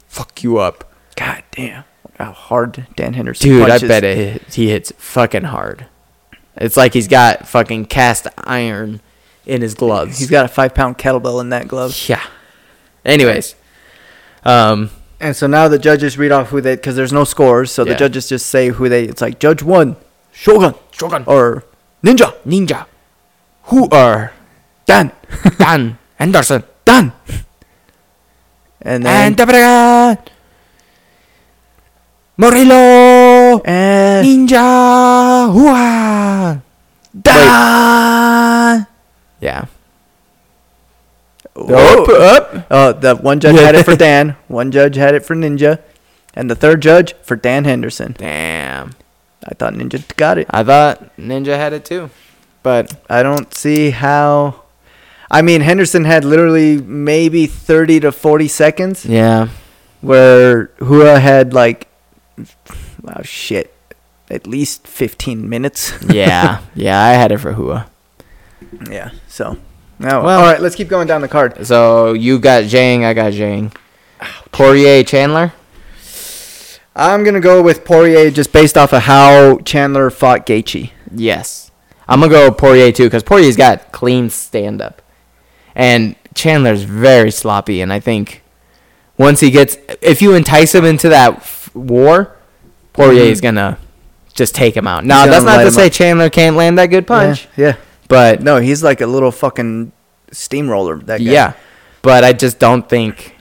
Speaker 2: fuck you up,
Speaker 1: God damn, Look how hard Dan Henderson.
Speaker 2: dude.
Speaker 1: punches.
Speaker 2: I bet it, he hits fucking hard. It's like he's got fucking cast iron in his gloves.
Speaker 1: He's got a five pound kettlebell in that glove.
Speaker 2: yeah. Anyways, um,
Speaker 1: And so now the judges read off who they because there's no scores, so the
Speaker 2: Yeah.
Speaker 1: judges just say who they. It's like judge one, Shogun,
Speaker 2: Shogun.
Speaker 1: or Ninja
Speaker 2: ninja, who are
Speaker 1: Dan, (laughs)
Speaker 2: Dan Anderson
Speaker 1: Dan. And then
Speaker 2: and Debregan, Morillo,
Speaker 1: and
Speaker 2: ninja, hua, Dan. Yeah.
Speaker 1: Whoa.
Speaker 2: up.
Speaker 1: Uh, the one judge
Speaker 2: (laughs)
Speaker 1: had it for Dan, one judge had it for Ninja, and the third judge for Dan Henderson.
Speaker 2: Damn.
Speaker 1: I thought Ninja got it.
Speaker 2: I thought Ninja had it too. But
Speaker 1: I don't see how. I mean, Henderson had literally maybe 30 to 40 seconds
Speaker 2: yeah.
Speaker 1: where Hua had like, wow, shit, at least 15 minutes.
Speaker 2: (laughs) Yeah. yeah, I had it for Hua.
Speaker 1: (laughs) yeah, so. Now,
Speaker 2: Well-
Speaker 1: all right, let's keep going down the card.
Speaker 2: So you got Zhang, I got Zhang. Poirier Chandler?
Speaker 1: I'm going to go with Poirier just based off of how Chandler fought Gaethje.
Speaker 2: Yes. I'm going to go Poirier too cuz Poirier's got clean stand up. And Chandler's very sloppy and I think once he gets if you entice him into that f- war, Poirier is going to just take him out. Now,
Speaker 1: Mm-hmm. gonna
Speaker 2: that's not
Speaker 1: light
Speaker 2: to
Speaker 1: him
Speaker 2: say
Speaker 1: up.
Speaker 2: Chandler can't land that good punch,
Speaker 1: Yeah.
Speaker 2: but
Speaker 1: yeah. No, he's like a little fucking steamroller, that guy.
Speaker 2: Yeah, but I just don't think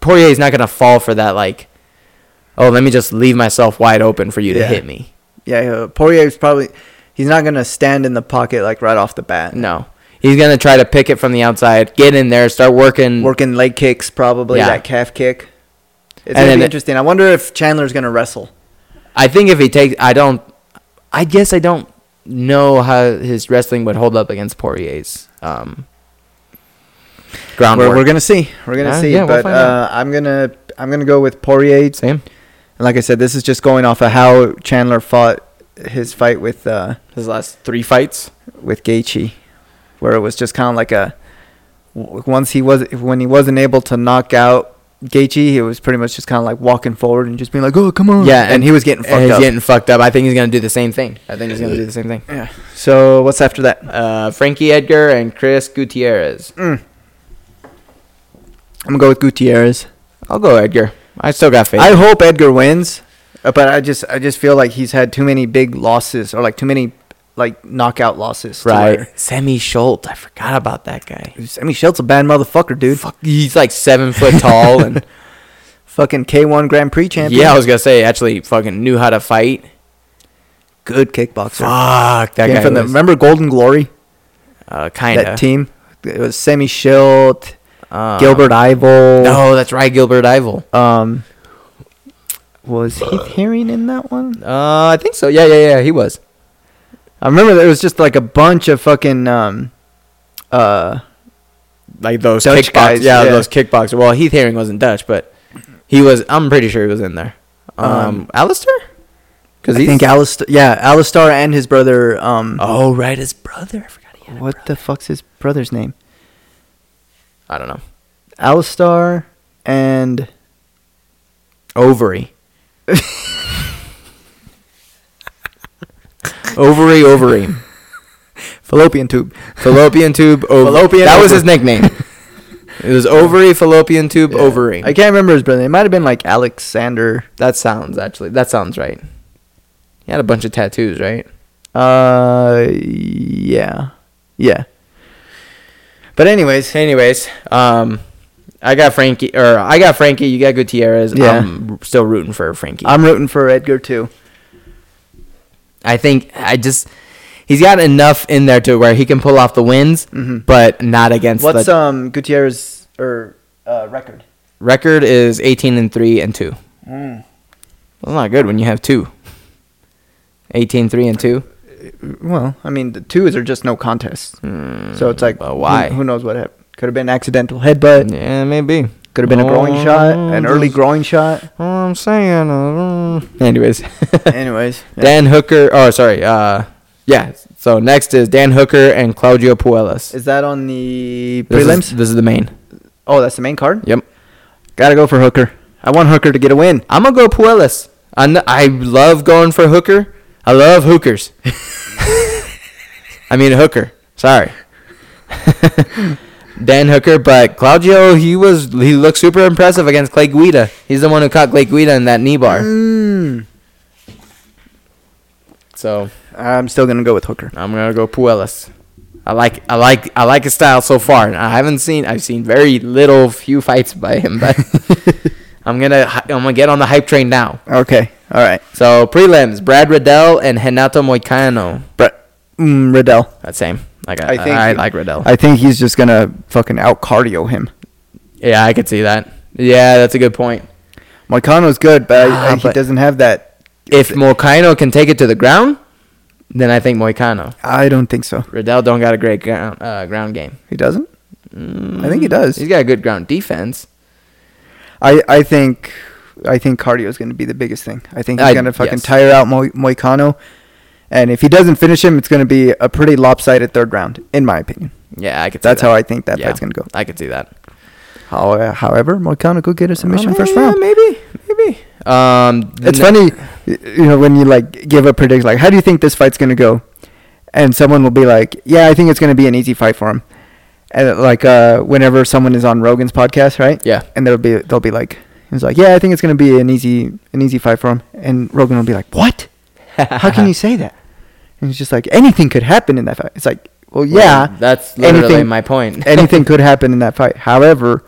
Speaker 2: Poirier's not gonna fall for that. Like, oh, let me just leave myself wide open for you to
Speaker 1: Yeah.
Speaker 2: hit me.
Speaker 1: Yeah, uh, Poirier's probably he's not gonna stand in the pocket like right off the bat.
Speaker 2: No, he's gonna try to pick it from the outside, get in there, start working.
Speaker 1: Working leg kicks probably
Speaker 2: Yeah.
Speaker 1: that calf kick. It's
Speaker 2: And
Speaker 1: gonna
Speaker 2: then
Speaker 1: be
Speaker 2: it-
Speaker 1: interesting. I wonder if Chandler's gonna wrestle.
Speaker 2: I think if he takes, I don't. I guess I don't know how his wrestling would hold up against Poirier's um, ground
Speaker 1: We're,
Speaker 2: work.
Speaker 1: we're gonna see. We're gonna
Speaker 2: Uh,
Speaker 1: see.
Speaker 2: yeah, we'll
Speaker 1: but
Speaker 2: find
Speaker 1: uh, I'm gonna I'm gonna go with Poirier. And
Speaker 2: Same.
Speaker 1: like I said, this is just going off of how Chandler fought his fight with uh,
Speaker 2: His last three fights.
Speaker 1: with Gaethje, where it was just kind of like a w- once he was when he wasn't able to knock out Gaethje, it was pretty much just kind of like walking forward and just being like, "Oh, come on!"
Speaker 2: Yeah,
Speaker 1: and, he was getting fucked
Speaker 2: he's
Speaker 1: up.
Speaker 2: getting fucked up. I think he's gonna do the same thing. I think he's gonna do the same thing.
Speaker 1: yeah. So what's after that?
Speaker 2: Uh, Frankie Edgar and Chris Gutierrez.
Speaker 1: I'm gonna go with Gutierrez.
Speaker 2: I'll go Edgar. I still got faith.
Speaker 1: I hope Edgar wins, uh, but I just I just feel like he's had too many big losses or like too many like knockout losses. to where-
Speaker 2: Sammy Schultz. I forgot about that guy.
Speaker 1: I mean, Schultz a bad motherfucker, dude.
Speaker 2: Fuck, he's like seven foot tall (laughs) and
Speaker 1: Fucking K1 Grand Prix champion.
Speaker 2: yeah, I was gonna say actually fucking knew how to fight.
Speaker 1: good kickboxer.
Speaker 2: Fuck that
Speaker 1: Came
Speaker 2: guy.
Speaker 1: from the-
Speaker 2: was,
Speaker 1: remember Golden Glory?
Speaker 2: uh, kinda
Speaker 1: That team. It was Semi Schilt,
Speaker 2: Um,
Speaker 1: Gilbert Ivel.
Speaker 2: No, that's right, Gilbert Ivel.
Speaker 1: Um, was Heath Herring in that one?
Speaker 2: Uh, I think so. Yeah, yeah, yeah. He was.
Speaker 1: I remember there was just like a bunch of fucking um, uh,
Speaker 2: Like those
Speaker 1: Dutch
Speaker 2: kickbox-
Speaker 1: guys,
Speaker 2: Yeah,
Speaker 1: yeah.
Speaker 2: those kickboxers. Well, Heath Herring wasn't Dutch, but he was. I'm pretty sure he was in there. Um,
Speaker 1: Um,
Speaker 2: Alistair. Because
Speaker 1: I think Alistar, yeah, Alistar and his brother. Um,
Speaker 2: oh, right, his brother. I forgot he had. a-
Speaker 1: what the fuck's his brother's name?
Speaker 2: I don't know.
Speaker 1: Alistar and
Speaker 2: Ovary. (laughs) ovary, ovary.
Speaker 1: fallopian tube.
Speaker 2: Fallopian tube, ovary.
Speaker 1: Fallopian
Speaker 2: that was
Speaker 1: ovary.
Speaker 2: his nickname. it was ovary, fallopian tube, ovary.
Speaker 1: I can't remember his brother. It might have been like Alexander.
Speaker 2: that sounds actually, that sounds right. He had a bunch of tattoos, right?
Speaker 1: Uh, yeah, yeah. But anyways,
Speaker 2: Anyways, um, I got Frankie, or I got Frankie, you got Gutierrez.
Speaker 1: Yeah.
Speaker 2: I'm still rooting for Frankie.
Speaker 1: I'm rooting for Edgar too.
Speaker 2: I think I just, he's got enough in there to where he can pull off the wins, but not against
Speaker 1: Mm-hmm. What's
Speaker 2: the
Speaker 1: um Gutierrez or uh, record?
Speaker 2: Record is 18 and 3 and 2.
Speaker 1: Mm.
Speaker 2: That's not good when you have two. 18, 3 and 2.
Speaker 1: Well, I mean the twos are just no contests. so it's like
Speaker 2: but why?
Speaker 1: Who, who knows what happened? Could have been accidental headbutt.
Speaker 2: Yeah, maybe.
Speaker 1: Could have Uh, been a groin
Speaker 2: Oh,
Speaker 1: shot, an early
Speaker 2: just-
Speaker 1: groin (laughs) shot.
Speaker 2: What
Speaker 1: mm.
Speaker 2: I'm saying. uh, Anyways.
Speaker 1: (laughs)
Speaker 2: (laughs)
Speaker 1: Anyways, yeah.
Speaker 2: Dan Hooker. Oh, sorry. Uh, Yeah. So next is Dan Hooker and Claudio Puelas.
Speaker 1: Is that on the
Speaker 2: This is-
Speaker 1: prelims?
Speaker 2: this is the main.
Speaker 1: oh, that's the main card.
Speaker 2: Yep.
Speaker 1: Gotta go for Hooker. I want Hooker to get a win.
Speaker 2: I'm gonna go Puelas. I kn- I love going for hooker. I love hookers. (laughs) I mean hooker. Sorry. (laughs) Dan Hooker, but Claudio, he was he looked super impressive against Clay Guida. He's the one who caught Clay Guida in that knee bar.
Speaker 1: Mm.
Speaker 2: So
Speaker 1: I'm still gonna go with Hooker.
Speaker 2: I'm gonna go Puelas. I like I like I like his style so far. And I haven't seen I've seen very little few fights by him,
Speaker 1: (laughs)
Speaker 2: but I'm gonna hy- I'm gonna get on the hype train now.
Speaker 1: Okay. All right.
Speaker 2: So prelims: Brad Riddell and Renato Moicano.
Speaker 1: Brett mm, Riddell.
Speaker 2: That same. Like I,
Speaker 1: I
Speaker 2: I,
Speaker 1: think-
Speaker 2: I like Riddell.
Speaker 1: I think he's just gonna fucking out cardio him.
Speaker 2: yeah, I could see that. Yeah, that's a good point.
Speaker 1: Moicano's good, but, I-
Speaker 2: Ah,
Speaker 1: I, he
Speaker 2: but-
Speaker 1: doesn't have that.
Speaker 2: If Moicano can take it to the ground, then I think Moicano.
Speaker 1: I don't think so.
Speaker 2: Riddell don't got a great ground uh, ground game. Mm,
Speaker 1: He doesn't. I think he does.
Speaker 2: He's got a good ground defense.
Speaker 1: I, I think I think cardio is going to be the biggest thing. I think he's
Speaker 2: I-
Speaker 1: going to fucking
Speaker 2: yes.
Speaker 1: tire out Mo- Moicano, and if he doesn't finish him, it's going to be a pretty lopsided third round, in my opinion.
Speaker 2: Yeah, I could. See
Speaker 1: That's
Speaker 2: that.
Speaker 1: how I think that fight's going to go.
Speaker 2: I could see that.
Speaker 1: How, however, Moicano could get a submission
Speaker 2: Oh,
Speaker 1: first
Speaker 2: yeah,
Speaker 1: round.
Speaker 2: maybe, maybe. Um,
Speaker 1: Uh, It's
Speaker 2: ne-
Speaker 1: funny, y- you know, when you like give a prediction, like, how do you think this fight's going to go? And someone will be like, yeah, I think it's going to be an easy fight for him. And like uh, whenever someone is on Rogan's podcast, right?
Speaker 2: Yeah.
Speaker 1: and they'll be they'll be like he was like yeah i think it's going to be an easy an easy fight for him and rogan will be like what
Speaker 2: (laughs)
Speaker 1: how can you say that and he's just like anything could happen in that fight it's like well yeah
Speaker 2: Well, that's literally my point.
Speaker 1: (laughs) anything could happen in that fight however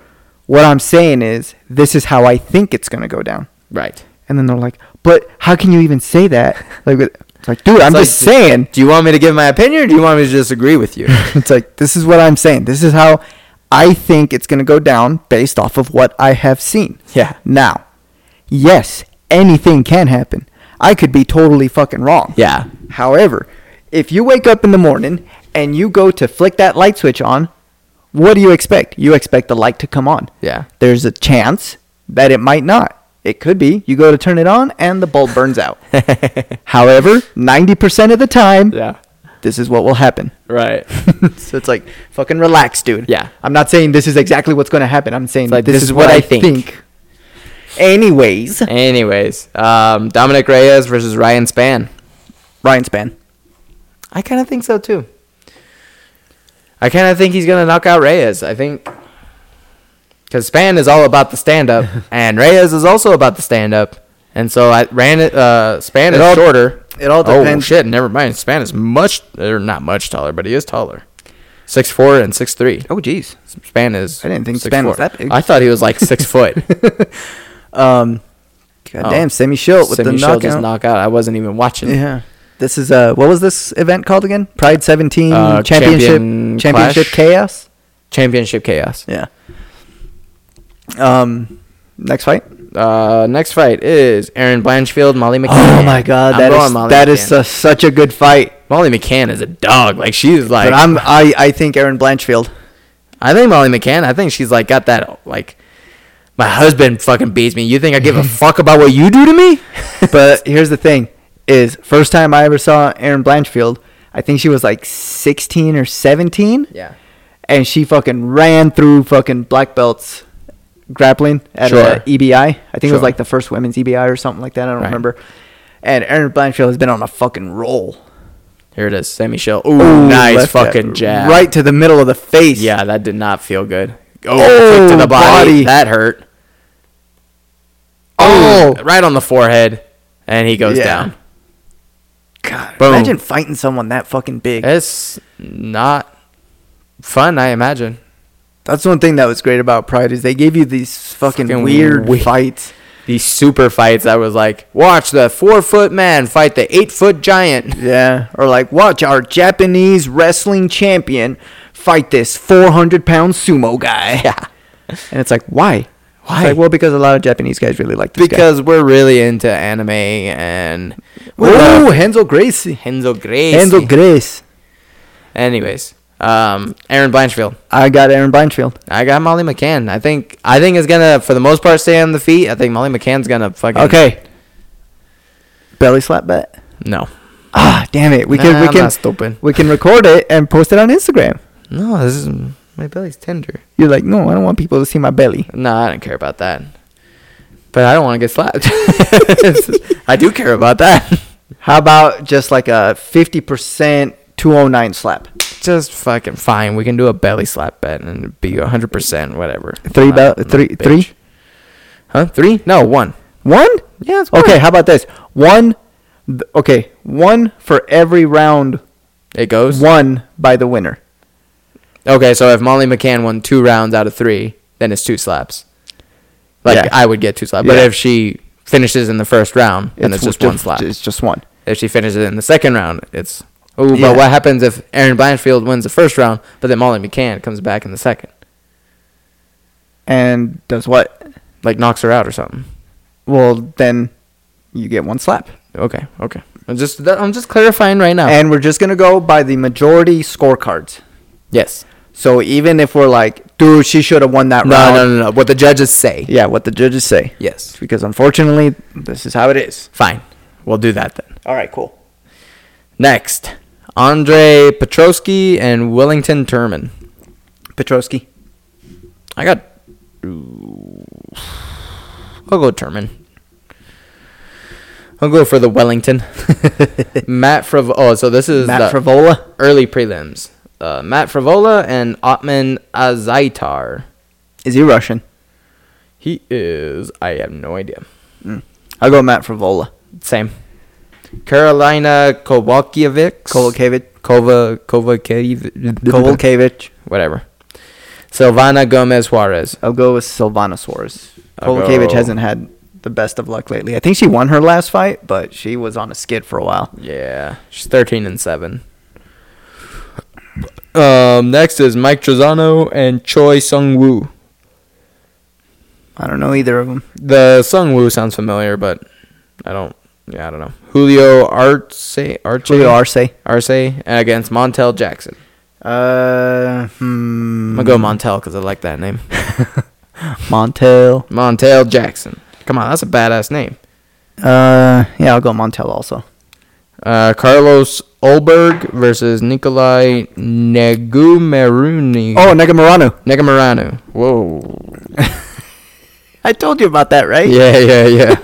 Speaker 1: what i'm saying is this is how i think it's going to go down
Speaker 2: Right.
Speaker 1: and then they're like but how can you even say that like it's like dude i'm
Speaker 2: It's
Speaker 1: just
Speaker 2: like, do-
Speaker 1: saying
Speaker 2: Do you want me to give my opinion, or do you want me to just agree with you?
Speaker 1: (laughs) it's like this is what i'm saying this is how i think it's going to go down based off of what i have seen
Speaker 2: yeah.
Speaker 1: Now, yes, anything can happen. I could be totally fucking wrong.
Speaker 2: Yeah.
Speaker 1: However, if you wake up in the morning and you go to flick that light switch on, what do you expect? You expect the light to come on.
Speaker 2: Yeah.
Speaker 1: There's a chance that it might not. It could be. You go to turn it on and the bulb burns
Speaker 2: (laughs)
Speaker 1: out. However, 90% of the time,
Speaker 2: Yeah.
Speaker 1: this is what will happen.
Speaker 2: Right.
Speaker 1: (laughs) so it's like, fucking relax, dude.
Speaker 2: Yeah.
Speaker 1: I'm not saying this is exactly what's going to happen. I'm saying
Speaker 2: It's like,
Speaker 1: this, is, what, I think. Anyways,
Speaker 2: Anyways, um, Dominic Reyes versus Ryan Spann.
Speaker 1: Ryan Span.
Speaker 2: I kind of think so too. I kind of think he's gonna knock out Reyes. I think because Span is all about the stand
Speaker 1: (laughs)
Speaker 2: up, and Reyes is also about the stand up, and so I ran it. Uh, Span
Speaker 1: It
Speaker 2: is
Speaker 1: all-
Speaker 2: shorter.
Speaker 1: it all
Speaker 2: Oh
Speaker 1: depends-
Speaker 2: shit! Never mind. Span is much or not much taller, but he is taller. Six four and six three.
Speaker 1: Oh, jeez.
Speaker 2: Span is.
Speaker 1: I didn't think
Speaker 2: 6'4".
Speaker 1: Spann was that big.
Speaker 2: I thought he was like six
Speaker 1: (laughs)
Speaker 2: foot.
Speaker 1: Um, God
Speaker 2: Oh.
Speaker 1: damn, Semi Shield with
Speaker 2: Semi
Speaker 1: the
Speaker 2: Shield
Speaker 1: knockout.
Speaker 2: just knockout. I wasn't even watching.
Speaker 1: yeah. This is uh, what was this event called again? Pride 17
Speaker 2: Uh,
Speaker 1: Championship
Speaker 2: Champion
Speaker 1: Championship
Speaker 2: Clash?
Speaker 1: Chaos.
Speaker 2: Championship chaos.
Speaker 1: Yeah. Um, next fight.
Speaker 2: Uh, next fight is Aaron Blanchfield, Molly McCann.
Speaker 1: Oh my God,
Speaker 2: I'm
Speaker 1: that
Speaker 2: going
Speaker 1: is that is
Speaker 2: McCann.
Speaker 1: su- such a good fight.
Speaker 2: Molly McCann is a dog. Like she's like
Speaker 1: but I'm I I think
Speaker 2: (laughs)
Speaker 1: Aaron Blanchfield.
Speaker 2: I think Molly McCann. I think she's like got that like my husband fucking beats me. You think I give
Speaker 1: (laughs)
Speaker 2: a fuck about what you do to me?
Speaker 1: but here's the thing: is first time I ever saw Aaron Blanchfield. I think she was like 16 or 17.
Speaker 2: (laughs) yeah.
Speaker 1: and she fucking ran through fucking black belts grappling at
Speaker 2: Sure.
Speaker 1: uh, EBI. I think it
Speaker 2: Sure.
Speaker 1: was like the first women's EBI or something like that. I don't
Speaker 2: Right.
Speaker 1: remember. And Aaron Blanchfield has been on a fucking roll.
Speaker 2: Here it is, Sammy Shell. Ooh,
Speaker 1: Ooh,
Speaker 2: nice
Speaker 1: left that
Speaker 2: fucking jab.
Speaker 1: Right to the middle of the face.
Speaker 2: Yeah, that did not feel good. Oh,
Speaker 1: Oh,
Speaker 2: kick to the body.
Speaker 1: body.
Speaker 2: That hurt.
Speaker 1: Oh.
Speaker 2: right on the forehead, and he goes
Speaker 1: Yeah.
Speaker 2: down.
Speaker 1: God,
Speaker 2: Boom. Eh.
Speaker 1: imagine fighting someone that fucking big.
Speaker 2: It's not fun, I imagine.
Speaker 1: That's one thing that was great about Pride is they gave you these fucking,
Speaker 2: Fucking
Speaker 1: weird
Speaker 2: weird.
Speaker 1: fights.
Speaker 2: These super fights, I was like, watch the four foot man fight the eight foot giant.
Speaker 1: Yeah. Or like, watch our Japanese wrestling champion fight this 400 pound sumo guy. (laughs)
Speaker 2: Yeah.
Speaker 1: And it's like, why?
Speaker 2: Why?
Speaker 1: It's like, well, because a lot of Japanese guys really like this
Speaker 2: (laughs)
Speaker 1: guy.
Speaker 2: Because we're really into anime and
Speaker 1: Oh,
Speaker 2: Ooh,
Speaker 1: Henzo Gracie.
Speaker 2: Henzo Gracie.
Speaker 1: Henzo Grace.
Speaker 2: Anyways, um, Aaron Blanchfield.
Speaker 1: I got Aaron Blanchfield.
Speaker 2: I got Molly McCann. I think I think it's gonna for the most part stay on the feet. I think Molly McCann's gonna fucking
Speaker 1: Okay. Belly slap bet.
Speaker 2: No,
Speaker 1: Ah, damn it. We
Speaker 2: Nah,
Speaker 1: can we
Speaker 2: I'm
Speaker 1: can
Speaker 2: not stupid.
Speaker 1: we can record it and post it on Instagram.
Speaker 2: No, this is my belly's tender.
Speaker 1: You're like, no, I don't want people to see my belly.
Speaker 2: No, I don't care about that. But I don't want to get slapped. (laughs) I do care about that.
Speaker 1: How about just like a fifty percent two oh nine slap?
Speaker 2: Just fucking fine. We can do a belly slap bet and it'd be 100%, whatever.
Speaker 1: Three
Speaker 2: I'm
Speaker 1: bell
Speaker 2: not- I'm
Speaker 1: three
Speaker 2: not a
Speaker 1: three?
Speaker 2: bitch. Huh? Three? No, one.
Speaker 1: One?
Speaker 2: Yeah, it's
Speaker 1: Okay, how about this? One th- okay, one for every round
Speaker 2: It goes.
Speaker 1: won by the winner.
Speaker 2: Okay, so if Molly McCann won two rounds out of three, then it's two slaps. Like
Speaker 1: Yeah.
Speaker 2: I would get two slaps. But
Speaker 1: Yeah.
Speaker 2: if she finishes in the first round, then it's, just one slap.
Speaker 1: It's just one.
Speaker 2: If she finishes in the second round, it's oh.
Speaker 1: Yeah.
Speaker 2: But what happens if Aaron Blanchfield wins the first round, but then Molly McCann comes back in the second,
Speaker 1: And does what?
Speaker 2: like knocks her out or something?
Speaker 1: Well then you get one slap.
Speaker 2: Okay, okay. I'm just that, I'm just clarifying right now.
Speaker 1: And we're just gonna go by the majority scorecards.
Speaker 2: yes.
Speaker 1: So even if we're like, dude, she should have won that
Speaker 2: No,
Speaker 1: round.
Speaker 2: no, no, no. What the judges say.
Speaker 1: Yeah, what the judges say.
Speaker 2: Yes.
Speaker 1: Because unfortunately, this is how it is.
Speaker 2: Fine. We'll do that then.
Speaker 1: All right, cool.
Speaker 2: Next, Andre Petrosky and Willington Turman.
Speaker 1: Petrosky.
Speaker 2: I got. I'll go Terman. I'll go for the Wellington. (laughs) Matt Fravola. Oh, so this is
Speaker 1: Matt
Speaker 2: the
Speaker 1: Fravola.
Speaker 2: early prelims. Uh, Matt Fravola and Otman Azaitar.
Speaker 1: Is he Russian?
Speaker 2: He is. I have no idea.
Speaker 1: I'll go Matt Fravola.
Speaker 2: Same. Carolina Kovalkiewicz.
Speaker 1: Kovalkiewicz.
Speaker 2: Kova Kovalkiewicz.
Speaker 1: Kovalkiewicz.
Speaker 2: Whatever. Silvana Gomez Juarez.
Speaker 1: I'll go with Silvana Suarez.
Speaker 2: I'll
Speaker 1: Kovalkiewicz
Speaker 2: go-
Speaker 1: hasn't had the best of luck lately. I think she won her last fight, but she was on a skid for a while.
Speaker 2: Yeah, she's thirteen and seven. Um, next is Mike Trezano and Choi Sung Woo.
Speaker 1: I don't know either of them.
Speaker 2: The Sung Woo sounds familiar, but I don't. Yeah, I don't know. Julio Arce, Arce,
Speaker 1: Julio Arce.
Speaker 2: Arce against Montel Jackson.
Speaker 1: Uh, hmm.
Speaker 2: I'm gonna go Montel because I like that name.
Speaker 1: Montel.
Speaker 2: Montel Jackson. Come on, that's a badass name.
Speaker 1: Uh, yeah, I'll go Montel also.
Speaker 2: Uh, Carlos Olberg versus Nikolai Negumeruni.
Speaker 1: Oh, Nagamorano.
Speaker 2: Negumeranu. Whoa.
Speaker 1: I told you about that, right?
Speaker 2: Yeah, yeah,
Speaker 1: (laughs)
Speaker 2: yeah.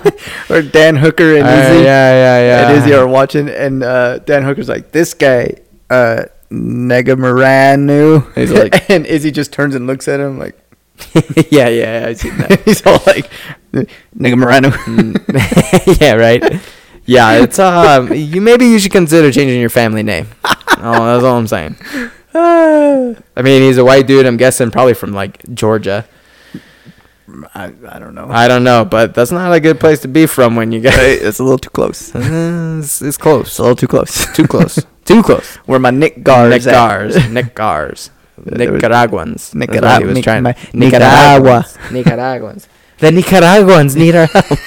Speaker 1: Or Dan Hooker and
Speaker 2: Uh,
Speaker 1: Izzy.
Speaker 2: yeah, yeah, yeah.
Speaker 1: And Izzy are watching, and uh, Dan Hooker's like, this guy, uh, Negamaranu.
Speaker 2: He's like-
Speaker 1: (laughs) and Izzy just turns and looks at him like,
Speaker 2: (laughs) yeah, yeah, I've seen that.
Speaker 1: (laughs) he's all like, Negamaranu.
Speaker 2: Mm. (laughs) yeah, right. Yeah, it's um. You maybe you should consider changing your family
Speaker 1: (laughs)
Speaker 2: name. oh, that's all I'm saying. I mean, he's a white dude. I'm guessing probably from like Georgia.
Speaker 1: I, I (laughs) don't know.
Speaker 2: (laughs) I don't know, but that's not a good place to be from when you get.
Speaker 1: Hey, It's a little too close. It's
Speaker 2: (laughs) it's, it's close.
Speaker 1: a little too close.
Speaker 2: Too
Speaker 1: (laughs)
Speaker 2: close. Too close.
Speaker 1: Where my Nick Gar is at. (laughs)
Speaker 2: Nicars. (laughs) Nicars.
Speaker 1: there was-
Speaker 2: Nicaraguans. That's what
Speaker 1: Nicara-
Speaker 2: he was
Speaker 1: Nic-
Speaker 2: trying-
Speaker 1: my-
Speaker 2: Nicaragua.
Speaker 1: Nicaragua.
Speaker 2: Nicaraguans. The Nicaraguans need our (laughs) help.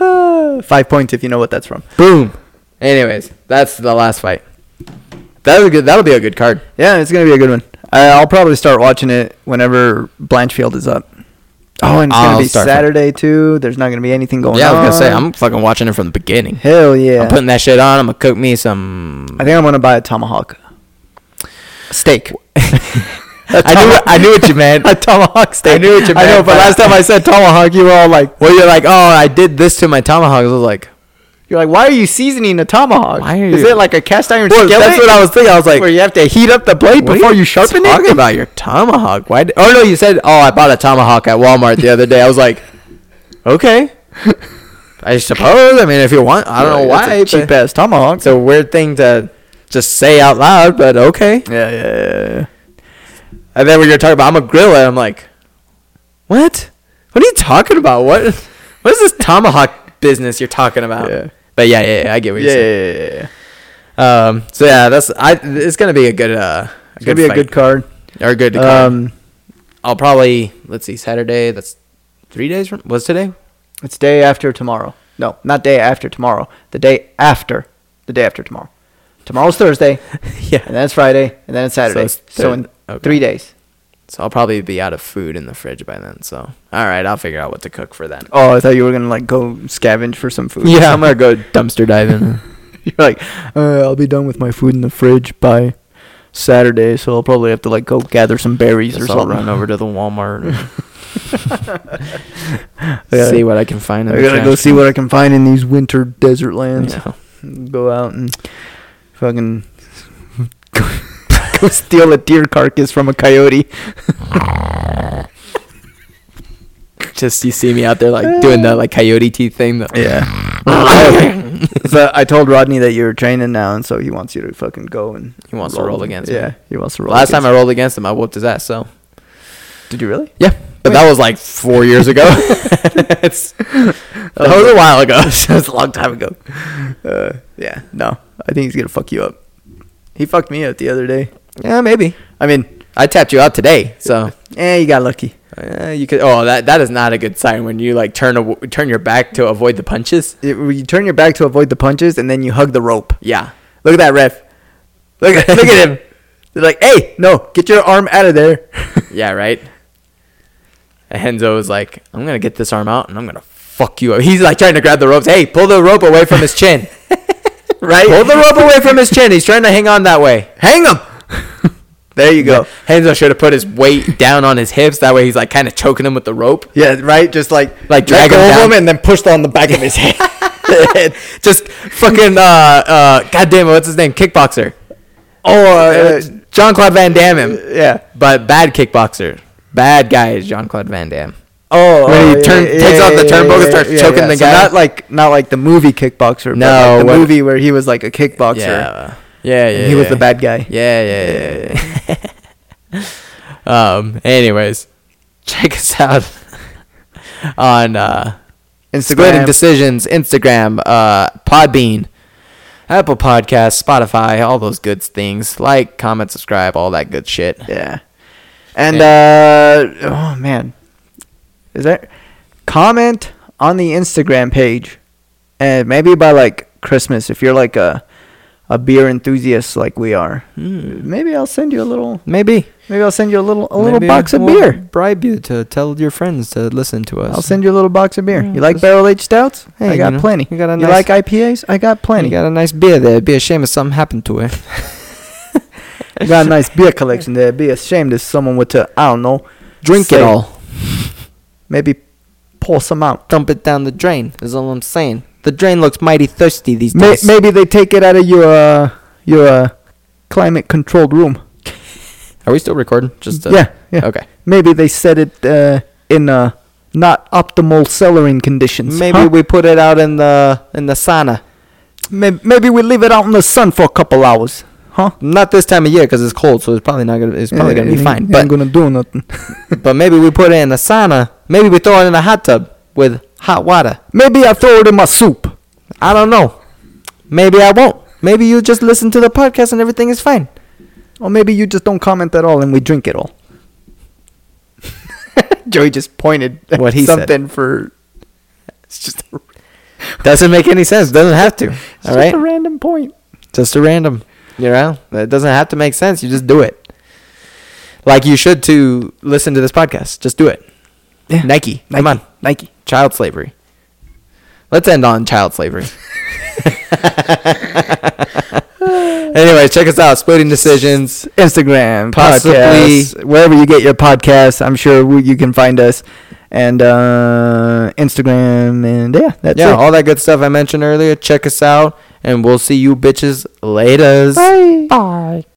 Speaker 1: Uh, (laughs) Five points if you know what that's from.
Speaker 2: Boom. Anyways, that's the last fight. That'll good. That'll be a good card.
Speaker 1: Yeah, it's gonna be a good one. I, I'll probably start watching it whenever Blanchfield is up. Oh, and it's
Speaker 2: I'll
Speaker 1: gonna be
Speaker 2: start from-
Speaker 1: Saturday too. There's not gonna be anything going
Speaker 2: yeah,
Speaker 1: on.
Speaker 2: I was gonna say I'm fucking watching it from the beginning.
Speaker 1: Hell yeah! i
Speaker 2: I'm putting that shit on. I'm gonna cook me some.
Speaker 1: think I'm gonna buy a tomahawk
Speaker 2: (laughs)
Speaker 1: steak.
Speaker 2: I knew. I knew what you (laughs) meant.
Speaker 1: (laughs) a tomahawk steak.
Speaker 2: I knew what you
Speaker 1: I know,
Speaker 2: meant,
Speaker 1: but
Speaker 2: but-
Speaker 1: last time I (laughs) said tomahawk, you were all like,
Speaker 2: Well, you're like, oh, I did this to my tomahawk. I was like,
Speaker 1: "You're like, why are you seasoning a tomahawk?
Speaker 2: Why are
Speaker 1: is
Speaker 2: you-
Speaker 1: it like a cast iron
Speaker 2: Well,
Speaker 1: skillet?
Speaker 2: that's what I was thinking. I was like,
Speaker 1: where you have to heat up the blade
Speaker 2: what are
Speaker 1: before you, sharpen it.
Speaker 2: Talking (laughs) about your tomahawk. Why? Did, oh no, you said, oh, I bought a tomahawk at Walmart the other day. I was like, okay. I suppose. I mean, if you want, I don't know
Speaker 1: That's
Speaker 2: why.
Speaker 1: a
Speaker 2: but-
Speaker 1: cheap ass tomahawk.
Speaker 2: It's a weird thing to just say out loud, but okay.
Speaker 1: yeah, yeah, yeah, yeah.
Speaker 2: And then when you're talking about I'm a gorilla, I'm like, what? What are you talking about? What? What is this tomahawk business you're talking about?
Speaker 1: Yeah.
Speaker 2: But yeah, yeah, yeah, I get what
Speaker 1: yeah,
Speaker 2: you're
Speaker 1: yeah,
Speaker 2: saying.
Speaker 1: yeah, yeah.
Speaker 2: Um, so yeah, that's I. It's gonna be a good. Uh,
Speaker 1: It's gonna be a good
Speaker 2: fight.
Speaker 1: card.
Speaker 2: or a good. card.
Speaker 1: Um,
Speaker 2: I'll probably let's see Saturday. That's three days from. Was today?
Speaker 1: it's day after tomorrow. No, not day after tomorrow. The day after. The day after tomorrow. Tomorrow's Thursday,
Speaker 2: (laughs) yeah.
Speaker 1: and then it's Friday, and then it's Saturday. So,
Speaker 2: it's
Speaker 1: in
Speaker 2: Thur- okay.
Speaker 1: three days.
Speaker 2: So I'll probably be out of food in the fridge by then. So all right, I'll figure out what to cook for then.
Speaker 1: Oh, I thought you were gonna like go scavenge for some food.
Speaker 2: Yeah, (laughs) I'm gonna go dumpster (laughs) diving.
Speaker 1: (laughs) You're like, uh, I'll be done with my food in the fridge by Saturday, so I'll probably have to like go gather some berries or
Speaker 2: Just I'll
Speaker 1: something. (laughs)
Speaker 2: run over to the (laughs) Walmart and
Speaker 1: Yeah.
Speaker 2: see what I can find. in
Speaker 1: I
Speaker 2: the
Speaker 1: gotta go
Speaker 2: trash
Speaker 1: see what I can find in these winter desert
Speaker 2: can.
Speaker 1: lands.
Speaker 2: Yeah.
Speaker 1: (laughs) Go out and fucking (laughs) go steal a deer carcass from a coyote.
Speaker 2: (laughs) Just you see me out there like doing the like coyote teeth thing. The,
Speaker 1: Yeah. (laughs) so I told Rodney that you were training now, and so he wants you to fucking go and.
Speaker 2: He wants to roll against me.
Speaker 1: Yeah, he wants to roll.
Speaker 2: Last
Speaker 1: against
Speaker 2: time I rolled against him, I whooped his ass. So
Speaker 1: did you really?
Speaker 2: yeah, but that was like four years (laughs) ago. it's, that was a while ago. (laughs)
Speaker 1: (laughs) that was a long time ago. Uh, yeah, no, I think he's gonna fuck you up. He fucked me up the other day.
Speaker 2: Yeah, maybe.
Speaker 1: I mean,
Speaker 2: I tapped you out today, so
Speaker 1: eh, you got lucky.
Speaker 2: uh, you could. Oh, that that is not a good sign when you like turn a, turn your back to avoid the punches.
Speaker 1: It, you turn your back to avoid the punches, and then you hug the rope.
Speaker 2: Yeah,
Speaker 1: Look at that ref. Look, at-
Speaker 2: (laughs)
Speaker 1: look at him. They're like, hey, no, get your arm out of there.
Speaker 2: yeah, right. And Henzo was like, "I'm gonna get this arm out and I'm gonna fuck you up." He's like trying to grab the ropes. Hey, pull the rope away from his (laughs) chin.
Speaker 1: right?
Speaker 2: pull the rope away from his chin. He's trying to hang on that way.
Speaker 1: Hang him. there you go.
Speaker 2: Henzo should have put his weight down on his hips. That way, he's like kind of choking him with the rope. (laughs)
Speaker 1: Yeah, right. Just like
Speaker 2: Like,
Speaker 1: let
Speaker 2: drag him
Speaker 1: go of
Speaker 2: down.
Speaker 1: and then pushed on the back of his
Speaker 2: (laughs)
Speaker 1: head.
Speaker 2: Just fucking uh uh goddamn it, what's his name? Kickboxer.
Speaker 1: oh, uh,
Speaker 2: John Claude Van Damme him.
Speaker 1: yeah.
Speaker 2: But bad kickboxer. Bad guy is John Claude Van Damme.
Speaker 1: Oh,
Speaker 2: When he
Speaker 1: oh,
Speaker 2: turn- takes off the turnbuckle and starts choking the
Speaker 1: So
Speaker 2: guy.
Speaker 1: not like not like the movie kickboxer. No,
Speaker 2: No,
Speaker 1: but like the
Speaker 2: what-
Speaker 1: movie where he was like a kickboxer.
Speaker 2: Yeah. Yeah, yeah.
Speaker 1: and he was
Speaker 2: yeah.
Speaker 1: the bad guy.
Speaker 2: Yeah, yeah, yeah. yeah, yeah. (laughs) um anyways, check us out (laughs) on uh Splitting
Speaker 1: Instagram.
Speaker 2: Decisions, Instagram, uh, Podbean, Apple Podcasts, Spotify, all those good things. Like, comment, subscribe, all that good shit.
Speaker 1: yeah. And uh, oh man, is that comment on the Instagram page, and maybe by like Christmas if you're like a a beer enthusiast like we are,
Speaker 2: Hmm.
Speaker 1: maybe I'll send you a little.
Speaker 2: Maybe
Speaker 1: Maybe I'll send you a little a little box of beer.
Speaker 2: Bribe you to tell your friends to listen to us.
Speaker 1: I'll send you a little box of beer.
Speaker 2: Yeah,
Speaker 1: You like
Speaker 2: just-
Speaker 1: barrel aged stouts?
Speaker 2: Hey,
Speaker 1: I
Speaker 2: you
Speaker 1: got
Speaker 2: know,
Speaker 1: plenty.
Speaker 2: you got a
Speaker 1: you
Speaker 2: nice-
Speaker 1: like IPAs? I got plenty.
Speaker 2: (laughs) You got a nice beer there. It'd be a shame if something happened to it.
Speaker 1: You got a nice beer collection there. It'd be ashamed if someone were to, I don't know,
Speaker 2: (laughs) Drink
Speaker 1: Say-
Speaker 2: it all.
Speaker 1: maybe pour some out.
Speaker 3: Dump it down the drain, is all I'm saying. The drain looks mighty thirsty these
Speaker 1: May-
Speaker 3: days.
Speaker 1: maybe they take it out of your uh, your uh, climate controlled room.
Speaker 2: Are we still recording? Just uh,
Speaker 1: yeah, yeah.
Speaker 2: Okay.
Speaker 1: Maybe they set it uh, in uh, not optimal cellaring conditions.
Speaker 3: Maybe
Speaker 1: huh?
Speaker 3: we put it out in the in the sauna.
Speaker 1: May- maybe we leave it out in the sun for a couple hours, huh?
Speaker 3: Not this time of year because it's cold, so it's probably not gonna. It's probably gonna be fine.
Speaker 1: Ain't
Speaker 3: But
Speaker 1: gonna do (laughs) nothing.
Speaker 3: but maybe we put it in the sauna. Maybe we throw it in a hot tub with hot water.
Speaker 1: maybe I throw it in my soup.
Speaker 3: I don't know. Maybe I won't. Maybe you just listen to the podcast and everything is
Speaker 1: (laughs)
Speaker 3: fine.
Speaker 1: Or maybe you just don't comment at all and we drink it all. (laughs) Joey just pointed at
Speaker 2: What he said.
Speaker 1: something for. It's just, a,
Speaker 3: Doesn't make any sense. Doesn't have to.
Speaker 1: it's
Speaker 3: All
Speaker 1: just
Speaker 3: right.
Speaker 1: a random point.
Speaker 3: Just a random. You know, it doesn't have to make sense. You just do it. Like you should to listen to this podcast. Just do it.
Speaker 1: Yeah.
Speaker 3: Nike. Come on.
Speaker 1: Nike.
Speaker 3: Child slavery. Let's end on child slavery.
Speaker 1: (laughs)
Speaker 3: anyway, check us out. Splitting decisions.
Speaker 1: Instagram,
Speaker 3: Possibly-
Speaker 1: podcast, wherever you get your podcasts, I'm sure we, you can find us. And uh, Instagram, and yeah, that's
Speaker 3: yeah,
Speaker 1: it.
Speaker 3: all that good stuff I mentioned earlier. Check us out, and we'll see you bitches later.
Speaker 1: Bye.